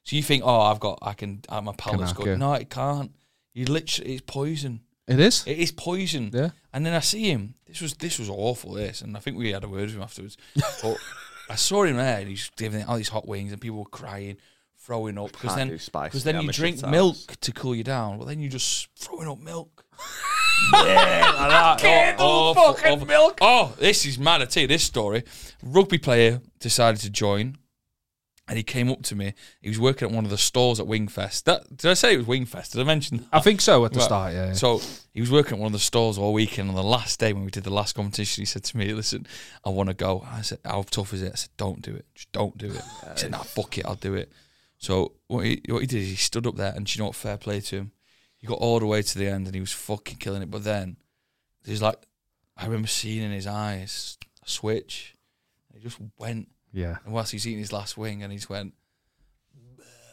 Speaker 4: So you think, oh, I've got, I can, uh, my palate's
Speaker 3: Can I
Speaker 4: good.
Speaker 3: go?
Speaker 4: No, it can't. You literally, it's poison.
Speaker 3: It is.
Speaker 4: It is poison.
Speaker 3: Yeah.
Speaker 4: And then I see him. This was this was awful. This, and I think we had a word with him afterwards. But I saw him there, and he's giving all these hot wings, and people were crying, throwing up because
Speaker 2: Can't
Speaker 4: then
Speaker 2: do spicy
Speaker 4: because then you
Speaker 2: amateur
Speaker 4: drink
Speaker 2: times.
Speaker 4: milk to cool you down, but then you just throwing up milk. yeah, like that. Oh, awful, awful. Oh, this is mad. I tell you this story. Rugby player decided to join. And he came up to me. He was working at one of the stores at Wingfest. That, did I say it was Wingfest? Did I mention that?
Speaker 3: I think so at the
Speaker 4: Right.
Speaker 3: start. Yeah. yeah.
Speaker 4: So he was working at one of the stores all weekend. On the last day when we did the last competition, he said to me, "Listen, I want to go." I said, "How tough is it?" I said, "Don't do it. Just don't do it." he said, "Nah, fuck it. I'll do it." So what he what he did is he stood up there, and do you know what? Fair play to him. He got all the way to the end, and he was fucking killing it. But then there's like, I remember seeing in his eyes a switch. He just went,
Speaker 3: yeah.
Speaker 4: and whilst he's eating his last wing, and he just went,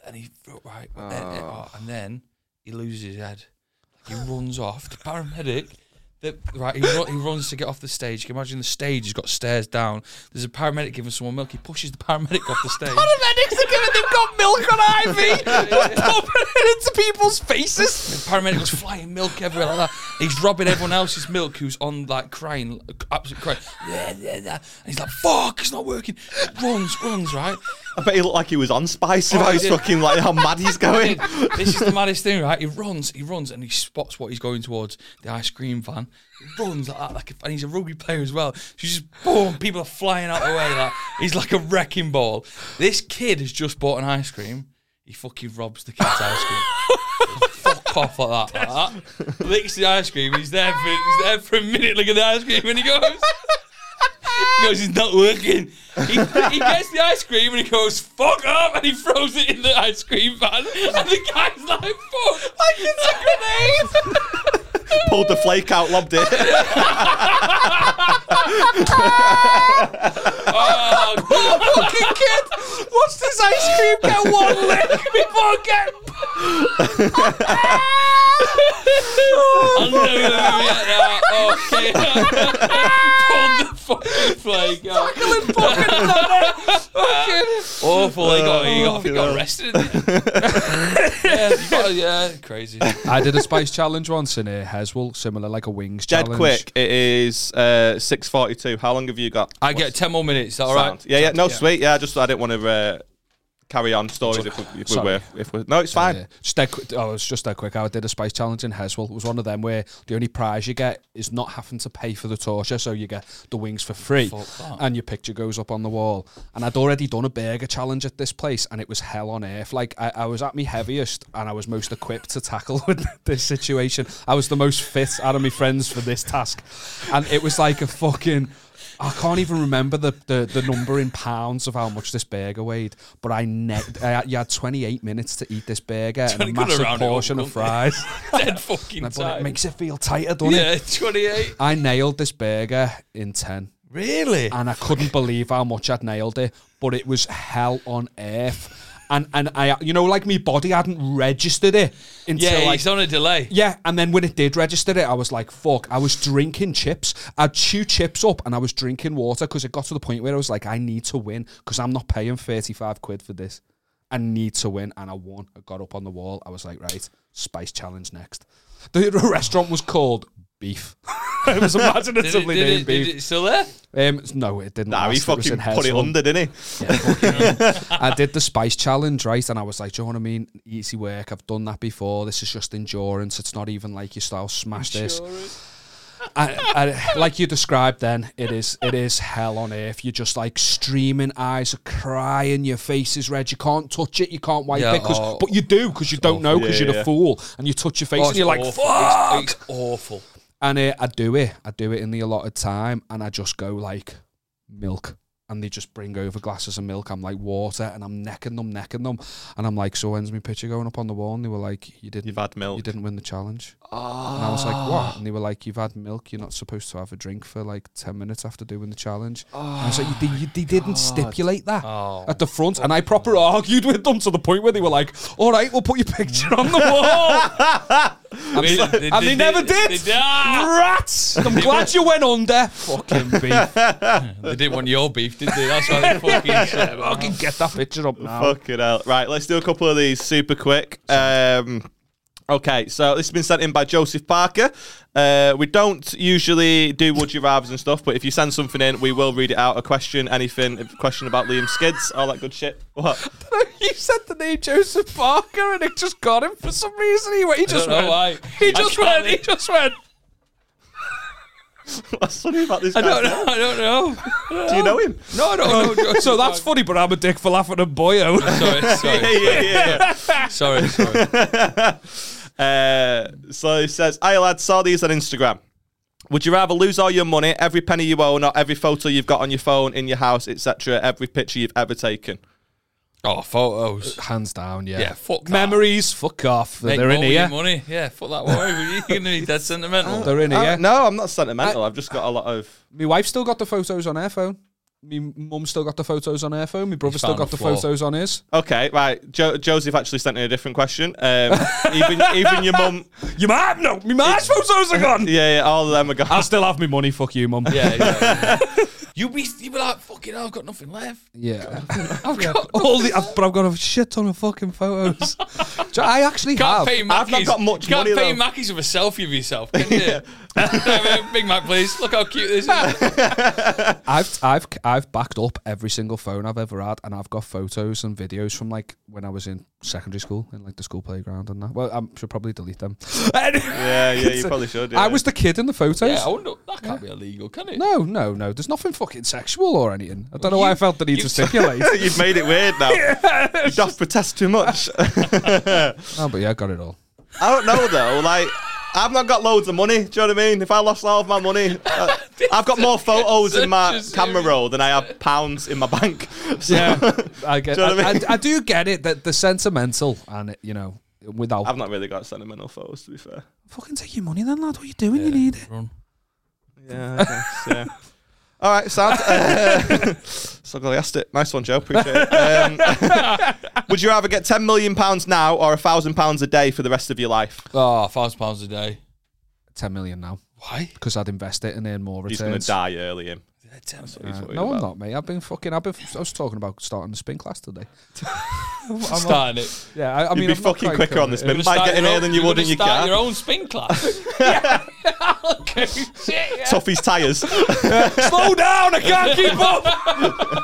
Speaker 4: and he felt right, and, and- oh, and then he loses his head. He runs off. The paramedic, the, right? He, run, he runs to get off the stage. You can imagine the stage has got stairs down. There's a paramedic giving someone milk. He pushes the paramedic off the stage.
Speaker 5: Paramedics are giving they've got milk on IV. Just pumping it into people's faces.
Speaker 4: paramedic was flying milk everywhere like that. He's robbing everyone else's milk who's on like crying, absolute crying. Yeah, yeah, yeah. And he's like, "Fuck, it's not working." Runs, runs, right?
Speaker 3: oh.
Speaker 2: I bet he looked like he was on spice if
Speaker 4: Oh,
Speaker 2: I
Speaker 4: he
Speaker 2: was
Speaker 4: did.
Speaker 2: fucking like how mad he's going.
Speaker 4: this is the maddest thing, right? He runs, he runs, and he spots what he's going towards the ice cream van. He runs like that, like a, and he's a rugby player as well. So he's just boom, people are flying out the way. Like he's like a wrecking ball. This kid has just bought an ice cream. He fucking robs the kid's ice cream. Fuck off like that, like that. Licks the ice cream. He's there for he's there for a minute. Look at the ice cream, and he goes. He goes, it's not working. He, he gets the ice cream and he goes, fuck up, and he throws it in the ice cream van. And the guy's like, fuck. Like it's a grenade.
Speaker 2: Pulled the flake out, lobbed it.
Speaker 4: oh, God.
Speaker 5: Fucking kid, watch this ice cream get one lick before it get.
Speaker 4: I'll never forget that. Oh, shit. Pulled the fucking flag out. Awful. He got, he got, he got arrested. yeah, you got, yeah, crazy.
Speaker 3: I did a spice challenge once in uh, Heswell, similar like a wings
Speaker 2: Dead
Speaker 3: challenge.
Speaker 2: quick. It is uh, six forty-two. How long have you got?
Speaker 4: I get 10 more minutes. Is that all
Speaker 2: Sound.
Speaker 4: right?
Speaker 2: Yeah, yeah. No, sweet. Yeah, I just I didn't want to uh, carry on stories if we, if we
Speaker 3: Sorry.
Speaker 2: were. If we, no, it's fine.
Speaker 3: Yeah. Just dead quick. Oh, it's just that quick. I did a spice challenge in Heswell. It was one of them where the only prize you get is not having to pay for the torture, so you get the wings for free,
Speaker 4: Fuck that.
Speaker 3: and your picture goes up on the wall. And I'd already done a burger challenge at this place, and it was hell on earth. Like I, I was at my heaviest, and I was most equipped to tackle with this situation. I was the most fit out of my friends for this task, and it was like a fucking. I can't even remember the, the, the number in pounds of how much this burger weighed, but I, ne- I you had 28 minutes to eat this burger and a
Speaker 4: Twenty- could've
Speaker 3: massive
Speaker 4: rounded it up,
Speaker 3: portion of
Speaker 4: couldn't they?
Speaker 3: fries.
Speaker 4: Dead fucking
Speaker 3: And but it
Speaker 4: time.
Speaker 3: makes it feel tighter, doesn't it?
Speaker 4: Yeah, 28.
Speaker 3: I nailed this burger in 10
Speaker 4: Really?
Speaker 3: and I couldn't believe how much I'd nailed it, but it was hell on earth. And, and I, you know, like me body hadn't registered it until
Speaker 4: Yeah,
Speaker 3: like
Speaker 4: he's on a delay.
Speaker 3: yeah, and then when it did register it, I was like, fuck, I was drinking chips. I'd chew chips up and I was drinking water because it got to the point where I was like, I need to win because I'm not paying 35 quid for this. I need to win. And I won. I got up on the wall. I was like, right, spice challenge next. The restaurant was called Beef. it was
Speaker 4: Did it,
Speaker 3: imaginatively
Speaker 4: did
Speaker 3: named
Speaker 4: it,
Speaker 3: Beef.
Speaker 4: did it still there?
Speaker 3: Um, no, it didn't.
Speaker 2: Nah, he
Speaker 3: last. It was
Speaker 2: fucking
Speaker 3: in
Speaker 2: put it
Speaker 3: Hessel.
Speaker 2: under, didn't he?
Speaker 3: I did the spice challenge, right? And I was like, do you know what I mean? Easy work. I've done that before. This is just endurance. It's not even like you style smash this. I, I, like you described, then it is it is hell on earth. You're just like streaming, eyes are crying, your face is red. You can't touch it, you can't wipe
Speaker 4: Yeah,
Speaker 3: it, 'cause-
Speaker 4: oh,
Speaker 3: but you do because you don't know because
Speaker 2: Yeah,
Speaker 3: you're
Speaker 2: yeah.
Speaker 3: a fool, and you touch your face
Speaker 4: Oh,
Speaker 3: and
Speaker 4: it's
Speaker 3: you're like,
Speaker 4: awful.
Speaker 3: fuck.
Speaker 4: It's, it's awful.
Speaker 3: eh, And uh, I do it. I do it in the allotted time, and I just go like milk, and they just bring over glasses of milk. I'm like water, and I'm necking them, necking them, and I'm like, so when's my picture going up on the wall? And they were like, you didn't,
Speaker 2: You've had
Speaker 3: you
Speaker 2: milk.
Speaker 3: didn't win the challenge. And I was like, what? And they were like, you've had milk. You're not supposed to have a drink for like ten minutes after doing the challenge. and I was like, you, they, you- they didn't stipulate that at the front, and I proper argued with them to the point where they were like, all right, we'll put your picture on the wall.
Speaker 1: And they,
Speaker 3: and they never did.
Speaker 1: They, ah!
Speaker 3: Rats! I'm glad you went under. Fucking beef.
Speaker 1: They didn't want your beef, did they? That's why they fucking "Oh, shit about
Speaker 3: Fucking get that picture up now.
Speaker 2: Fucking hell. Right, let's do a couple of these super quick. Um, okay, so this has been sent in by Joseph Parker. Uh, we don't usually do Would You Rathers and stuff, but if you send something in, we will read it out. A question, anything, a question about Liam Skids, all that good shit. What?
Speaker 3: you said the name Joseph Parker, and it just got him for some reason. He, went- he just
Speaker 1: don't know
Speaker 3: went.
Speaker 1: why.
Speaker 3: He
Speaker 1: I
Speaker 3: just
Speaker 1: can't
Speaker 3: went. He
Speaker 1: leave.
Speaker 3: just went.
Speaker 2: What's funny about this
Speaker 1: I
Speaker 2: guy?
Speaker 1: don't know. I don't know.
Speaker 2: Do you know him?
Speaker 3: No, I don't know. so that's funny, but I'm a dick for laughing at boyo.
Speaker 1: Sorry, sorry, sorry,
Speaker 2: yeah, yeah.
Speaker 1: sorry.
Speaker 2: Uh, so he says, Hey lad, saw these on Instagram. Would you rather lose all your money, every penny you own, or every photo you've got on your phone, in your house, etc., every picture you've ever taken?
Speaker 1: Oh, photos.
Speaker 3: Hands down, yeah.
Speaker 1: Yeah, fuck that.
Speaker 3: Memories, fuck off.
Speaker 1: Make
Speaker 3: They're in
Speaker 1: more with your
Speaker 3: here.
Speaker 1: Money. Yeah, fuck that. Why were you going to be that sentimental?
Speaker 3: They're in
Speaker 2: Uh,
Speaker 3: here.
Speaker 2: no, I'm not sentimental. I, have just got a lot of.
Speaker 3: My wife's still got the photos on her phone. My mum's still got the photos on her phone. My brother's still
Speaker 1: found
Speaker 3: got
Speaker 1: the
Speaker 3: the
Speaker 1: flaw.
Speaker 3: photos on his.
Speaker 2: Okay, right. Jo- Joseph actually sent in a different question. Um, even, even your mum.
Speaker 3: Your mum? No, my mum's photos are gone.
Speaker 2: Yeah, yeah, all of them are gone.
Speaker 3: I still have my money. Fuck you, mum.
Speaker 1: Yeah, yeah. you be you be like fucking. hell, I've got nothing left.
Speaker 3: Yeah. I've got all the, I've, but I've got a shit ton of fucking photos. Do I actually
Speaker 1: Can't
Speaker 3: have.
Speaker 1: pay Mackies.
Speaker 2: not got much
Speaker 1: you can't
Speaker 2: money,
Speaker 1: pay
Speaker 2: though.
Speaker 1: Mackies with a selfie of yourself, can you? No, Big Mac, please. Look how cute this is.
Speaker 3: I've I've I've backed up every single phone I've ever had, and I've got photos and videos from like when I was in secondary school in like the school playground and that. Well, I should probably delete them.
Speaker 2: Yeah, yeah, you probably should. Yeah.
Speaker 3: I was the kid in the photos.
Speaker 1: yeah, I wonder. That can't be illegal, can it?
Speaker 3: no, no, no. There's nothing fucking sexual or anything. I don't know why I felt the need to stipulate.
Speaker 2: You've made it weird now. You don't protest too much.
Speaker 3: oh, but yeah, I got it all.
Speaker 2: I don't know though. Like, I've not got loads of money. Do you know what I mean? If I lost all of my money, uh, I've got more photos in my
Speaker 1: such a
Speaker 2: camera
Speaker 1: serious-
Speaker 2: roll than I have pounds in my bank. So
Speaker 3: I get.
Speaker 2: Do you know what
Speaker 3: I,
Speaker 2: I mean?
Speaker 3: I- I do get it that the sentimental and it, you know without
Speaker 2: I've not really got sentimental photos, to be fair.
Speaker 3: fucking take your money then, lad. What are you doing? You need it.
Speaker 1: Run.
Speaker 2: Yeah, I guess, yeah. All right, Sam. Uh, so glad I asked it. Nice one, Joe. Appreciate it. Um, would you rather get ten million pounds now or a thousand pounds a day for the rest of your life?
Speaker 1: Oh, thousand pounds a day.
Speaker 3: Ten million now
Speaker 1: Why?
Speaker 3: because I'd invest it and earn more
Speaker 2: He's
Speaker 3: returns.
Speaker 2: gonna die early. Him.
Speaker 1: Yeah, ten
Speaker 2: That's what he's
Speaker 3: Uh,
Speaker 2: worried
Speaker 3: no, I'm
Speaker 2: about.
Speaker 3: not, mate. I've been fucking. I've been. I was talking about starting the spin class today. I'm not-
Speaker 1: Starting it.
Speaker 3: yeah, I, I mean,
Speaker 2: You'd be
Speaker 3: I'm not
Speaker 2: fucking
Speaker 3: quite
Speaker 2: quicker on
Speaker 3: covered.
Speaker 2: this
Speaker 1: You're gonna
Speaker 2: spin by
Speaker 1: start
Speaker 2: getting
Speaker 1: your
Speaker 2: here
Speaker 1: own-
Speaker 2: than you
Speaker 1: you're
Speaker 2: would
Speaker 1: gonna
Speaker 2: in your
Speaker 1: start
Speaker 2: car.
Speaker 1: your own spin class. okay, shit. Yeah.
Speaker 2: Tough his tyres.
Speaker 3: Slow down! I can't keep up.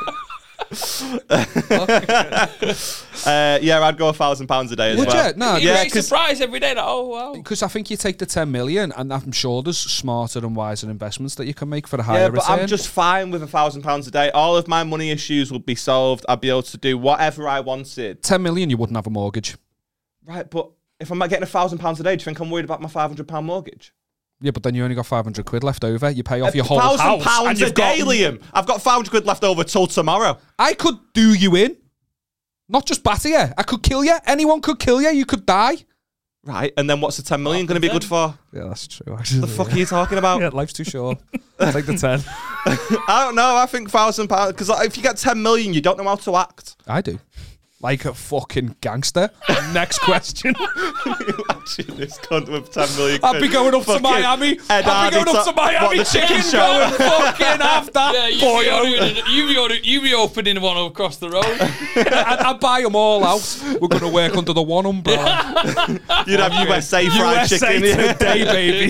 Speaker 2: Uh, yeah, I'd go a thousand pounds a day as
Speaker 3: Would
Speaker 2: well.
Speaker 3: you? No,
Speaker 1: You
Speaker 2: Yeah,
Speaker 1: get a
Speaker 2: 'cause-
Speaker 1: surprise every day. Like, oh wow.
Speaker 3: because I think you take the ten million, and I'm sure there's smarter and wiser investments that you can make for the higher
Speaker 2: Yeah, but
Speaker 3: return.
Speaker 2: I'm just fine with a thousand pounds a day. All of my money issues would be solved. I'd be able to do whatever I wanted.
Speaker 3: ten million. You wouldn't have a mortgage.
Speaker 2: Right, but if I'm not getting a thousand pounds a day, do you think I'm worried about my five hundred pound mortgage?
Speaker 3: Yeah, but then you only got five hundred quid left over. You pay off your whole
Speaker 2: thousand
Speaker 3: Oh, house,
Speaker 2: pounds
Speaker 3: and
Speaker 2: a
Speaker 3: you've got.
Speaker 2: day, Liam. I've got five hundred quid left over till tomorrow.
Speaker 3: I could do you in. Not just batter you. I could kill you. Anyone could kill you. You could die.
Speaker 2: Right, and then what's the ten million going to be good for?
Speaker 3: Yeah, that's true. Actually,
Speaker 2: The fuck are you talking about?
Speaker 3: Yeah, life's too short. take the ten.
Speaker 2: I don't know. I think thousand pounds because if you get ten million, you don't know how to act.
Speaker 3: I do. Like a fucking gangster. Next question.
Speaker 2: Imagine this cunt with ten million.
Speaker 3: I'd be going up to
Speaker 2: Fucking
Speaker 3: Miami.
Speaker 2: Ed
Speaker 3: I'd be
Speaker 2: Hardy
Speaker 3: going up
Speaker 2: to-
Speaker 3: to Miami
Speaker 2: what, the
Speaker 3: chicken
Speaker 2: chicken
Speaker 3: going
Speaker 2: show?
Speaker 3: fucking after
Speaker 1: Yeah,
Speaker 3: that
Speaker 1: you
Speaker 3: boy.
Speaker 1: be, opening, you, be opening, you be opening one across the road.
Speaker 3: I'd, I'd buy them all out. We're going to work under the one umbrella.
Speaker 2: You'd have USA fried
Speaker 3: USA
Speaker 2: chicken. Yeah.
Speaker 3: today, baby.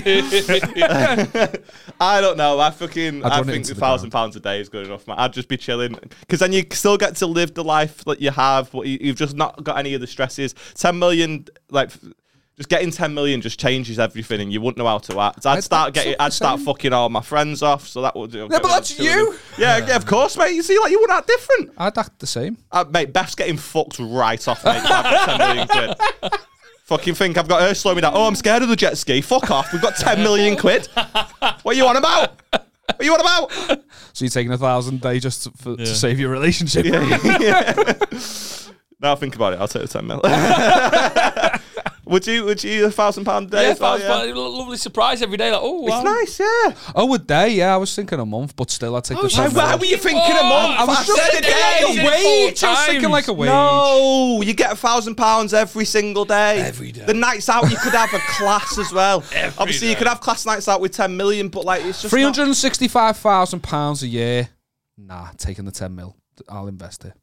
Speaker 2: I don't know. I fucking.
Speaker 3: I'd
Speaker 2: I
Speaker 3: run it
Speaker 2: think
Speaker 3: into
Speaker 2: a
Speaker 3: the
Speaker 2: thousand pounds a day is good enough, man. I'd just be chilling because then you still get to live the life that you have, but you, you've just not got any of the stresses. Ten million, like. f- Just getting 10 million just changes everything and you wouldn't know how to act. I'd
Speaker 3: I'd-
Speaker 2: start
Speaker 3: that's
Speaker 2: getting,
Speaker 3: what I'm
Speaker 2: I'd start
Speaker 3: saying.
Speaker 2: fucking all my friends off, so that would. Yeah,
Speaker 3: but that's you.
Speaker 2: Yeah, yeah, of course, mate. You see, like, you wouldn't act different.
Speaker 3: I'd act the same.
Speaker 2: Uh, mate, Beth's getting fucked right off, mate. if I've got 10 million quid. Fucking think I've got her slowing me down. Oh, I'm scared of the jet ski. Fuck off. We've got 10 million quid. What are you on about? What are you on about?
Speaker 3: So you're taking a thousand a day just to, for,
Speaker 4: Yeah.
Speaker 3: to save your relationship.
Speaker 2: now I think about it, I'll take the ten mil. would you? Would you a thousand pound a day?
Speaker 4: Yeah,
Speaker 2: as well,
Speaker 4: found- found a lovely surprise every day. Like, oh, wow.
Speaker 2: It's nice, yeah.
Speaker 3: Oh, a day? Yeah, I was thinking a month, but still, I'd take the
Speaker 2: Why,
Speaker 3: ten.
Speaker 2: Oh, why were you thinking a month?
Speaker 3: I was just
Speaker 2: said
Speaker 3: thinking
Speaker 4: like a
Speaker 2: day.
Speaker 4: wage.
Speaker 3: I was thinking
Speaker 4: times.
Speaker 3: like a wage.
Speaker 2: No, you get a thousand pounds every single day.
Speaker 4: Every day.
Speaker 2: The nights out, you could have a class as well.
Speaker 4: Every
Speaker 2: Obviously, you
Speaker 4: day.
Speaker 2: could have class nights out with ten million, but like it's just
Speaker 3: Three
Speaker 2: not-
Speaker 3: hundred and sixty-five thousand pounds a year. Nah, taking the ten mil. I'll invest it.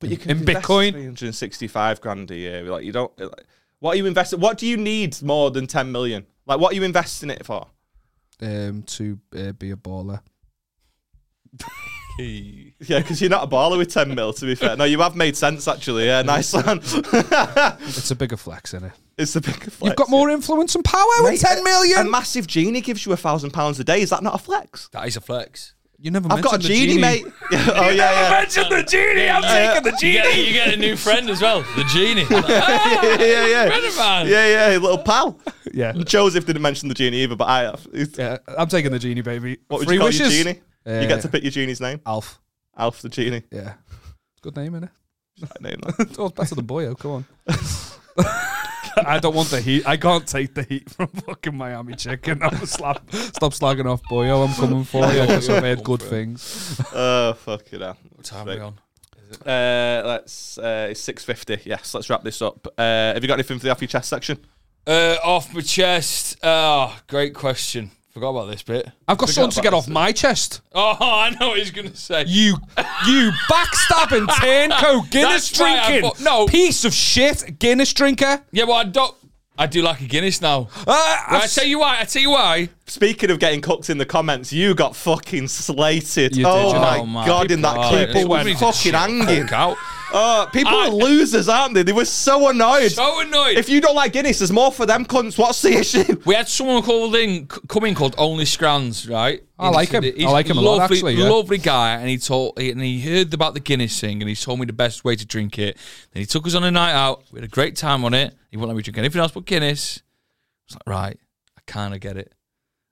Speaker 2: But you can
Speaker 3: in
Speaker 2: invest
Speaker 3: Bitcoin.
Speaker 2: 365 grand a year. Like you don't. Like, what are you investing? What do you need more than 10 million? Like what are you investing it for?
Speaker 3: Um, to uh, be a baller.
Speaker 2: Yeah, because you're not a baller with 10 mil. To be fair, no, you have made sense actually. Yeah, nice one.
Speaker 3: It's a bigger flex in it.
Speaker 2: it's the big. Flex.
Speaker 3: You've got more influence and power with
Speaker 2: uh,
Speaker 3: ten million.
Speaker 2: A massive genie gives you a thousand pounds a day. Is that not a flex?
Speaker 4: That is a flex.
Speaker 3: you never.
Speaker 2: I've got a
Speaker 3: mentioned the
Speaker 2: genie, mate. Yeah, oh yeah,
Speaker 6: Mention the genie. I'm taking the
Speaker 4: You get,
Speaker 6: genie.
Speaker 4: you get a new friend as well, the genie. Like, ah,
Speaker 2: yeah, yeah, yeah,
Speaker 4: friend of mine.
Speaker 2: yeah, yeah, yeah. Little pal.
Speaker 3: Yeah.
Speaker 2: Joseph didn't mention the genie either, but I have. It's-
Speaker 3: Yeah, I'm taking the genie, baby.
Speaker 2: What would
Speaker 3: Three
Speaker 2: you call
Speaker 3: wishes.
Speaker 2: your genie? you
Speaker 3: Uh,
Speaker 2: get to pick your genie's name.
Speaker 3: Alf.
Speaker 2: Alf the genie.
Speaker 3: Yeah. Good name, innit?
Speaker 2: That name. that.
Speaker 3: Oh, it's better than Boyo. Come on. I don't want the heat. I can't take the heat from fucking Miami chicken. I'm a slap. Stop slagging off Boyo. I'm coming for you because I've heard good things.
Speaker 2: Oh fuck it out.
Speaker 4: What time are we on?
Speaker 2: Uh, let's. Uh, it's six fifty. Yes, let's wrap this up. Uh, have you got anything for the off your chest section?
Speaker 4: Uh, off my chest. Oh, great question. Forgot about this bit.
Speaker 3: I've got something to
Speaker 2: about
Speaker 3: get
Speaker 2: this
Speaker 3: off my chest.
Speaker 4: Oh, I know what he's going to say.
Speaker 3: You, you backstabbing turncoat Guinness
Speaker 4: That's right, I
Speaker 3: drinking
Speaker 4: thought- no.
Speaker 3: piece of shit Guinness drinker.
Speaker 4: yeah, well, I don't. I do like a Guinness now.
Speaker 2: Ah,
Speaker 3: Uh,
Speaker 4: Right, I
Speaker 3: I've
Speaker 4: tell you why. I tell you why.
Speaker 2: Speaking of getting cooked in the comments, you got fucking slated.
Speaker 3: You did,
Speaker 2: oh,
Speaker 3: you
Speaker 2: my
Speaker 4: know.
Speaker 2: god! In that
Speaker 4: Oh,
Speaker 2: people
Speaker 4: it
Speaker 2: were
Speaker 4: was
Speaker 2: fucking
Speaker 4: shit.
Speaker 2: angry.
Speaker 4: Fuck out.
Speaker 2: Oh, people
Speaker 4: I-
Speaker 2: are losers, aren't they? They were so annoyed.
Speaker 4: So annoyed.
Speaker 2: if you don't like Guinness, there's more for them cunts. What's the issue?
Speaker 4: we had someone called in, c- come in called Only Scrans, right?
Speaker 3: I like him. I like him a lot,
Speaker 4: lovely,
Speaker 3: actually, yeah.
Speaker 4: Lovely guy, and he told and he heard about the Guinness thing, and he told me the best way to drink it. Then he took us on a night out. We had a great time on it. He wouldn't let me drink anything else but Guinness. I was like, right, I kind of get it.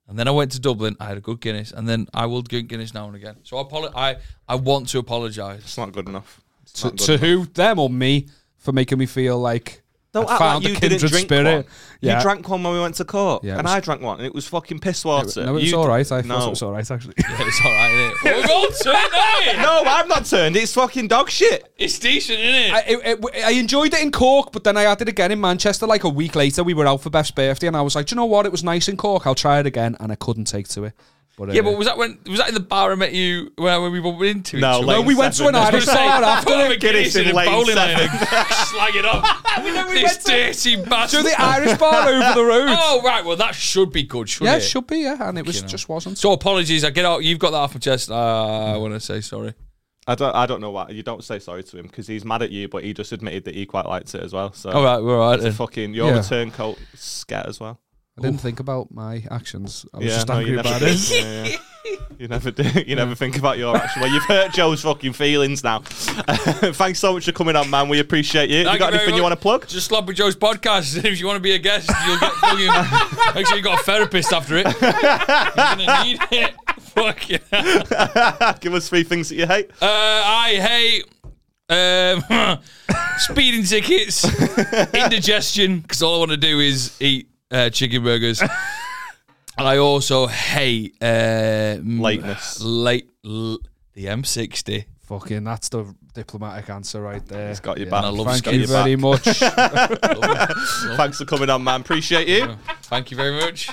Speaker 4: And then I went to Dublin. I had a good Guinness, and then I will drink Guinness now and again. So I apolo- I I want to apologise.
Speaker 2: It's not good enough. It's
Speaker 3: to,
Speaker 2: not good
Speaker 3: to
Speaker 2: enough.
Speaker 3: who? Them or me for making me feel like
Speaker 2: Don't
Speaker 3: I
Speaker 2: act
Speaker 3: found
Speaker 2: like you
Speaker 3: a kindred
Speaker 2: didn't drink
Speaker 3: spirit.
Speaker 2: one.
Speaker 3: Yeah.
Speaker 2: You drank one when we went to court,
Speaker 3: Yeah, it
Speaker 2: and
Speaker 3: was-
Speaker 2: I drank one, and it was fucking piss water.
Speaker 3: No, it was
Speaker 2: Uh, You-
Speaker 3: all right. I thought
Speaker 2: No.
Speaker 3: it was all right actually.
Speaker 4: It's all right, innit? We're all turned out.
Speaker 2: no, I've not turned. It's fucking dog shit.
Speaker 4: It's decent, isn't
Speaker 3: I, it, it, I enjoyed it in Cork, but then I had it again in Manchester. Like a week later, we were out for Beth's birthday, and I was like, "Do you know what? It was nice in Cork. I'll try it again." And I couldn't take to it. But, uh,
Speaker 4: Yeah, but was that when was that in the bar I met you when, when we bumped into each
Speaker 2: No,
Speaker 4: other?
Speaker 2: like-
Speaker 3: no, we went to an
Speaker 4: I was
Speaker 3: Irish
Speaker 4: gonna say,
Speaker 3: bar after.
Speaker 4: put him a
Speaker 2: Guinness
Speaker 4: Guinness
Speaker 2: in
Speaker 4: in a
Speaker 2: lane
Speaker 4: bowling
Speaker 2: seven.
Speaker 4: alley. Slag it off. this dirty
Speaker 3: To
Speaker 4: bastard.
Speaker 3: the Irish bar over the road.
Speaker 4: oh right, well that should be good, shouldn't
Speaker 3: yeah,
Speaker 4: it?
Speaker 3: it should be. Yeah, and it was just wasn't.
Speaker 4: So apologies, I get out. You've got that off my chest. Uh, I want to say sorry.
Speaker 2: I don't, I don't know why you don't say sorry to him because he's mad at you, but he just admitted that he quite likes it as well. So
Speaker 4: All right, we're all right. Then.
Speaker 2: fucking your
Speaker 3: Oh, Yeah.
Speaker 2: return coat scat as well.
Speaker 3: I didn't think about my actions. I was
Speaker 2: yeah,
Speaker 3: just
Speaker 2: no,
Speaker 3: angry
Speaker 2: you
Speaker 3: about
Speaker 2: never
Speaker 3: it.
Speaker 2: do. Yeah, yeah. You never do. You never think about your action. Well, you've hurt Joe's fucking feelings now. Thanks so much for coming on, man. We appreciate you.
Speaker 4: Thank
Speaker 2: you got
Speaker 4: very
Speaker 2: anything you
Speaker 4: much.
Speaker 2: want to plug?
Speaker 4: Just Sloppy Joe's podcast. If you want to be a guest, you'll get fucking. make sure you got a therapist after it. You're gonna need it. Fuck yeah.
Speaker 2: Give us three things that you hate.
Speaker 4: Uh, I hate um, speeding tickets, indigestion, because all I want to do is eat uh, chicken burgers. and I also hate uh, m-
Speaker 2: Lateness.
Speaker 4: Late, l- the M60.
Speaker 3: Fucking, that's the diplomatic answer right there.
Speaker 2: It's got your
Speaker 4: and I
Speaker 2: back.
Speaker 4: love
Speaker 3: Thank
Speaker 4: Got
Speaker 3: you
Speaker 4: your
Speaker 3: very much.
Speaker 4: Love it.
Speaker 2: Thanks for coming on, man. Appreciate you.
Speaker 4: Thank you very much.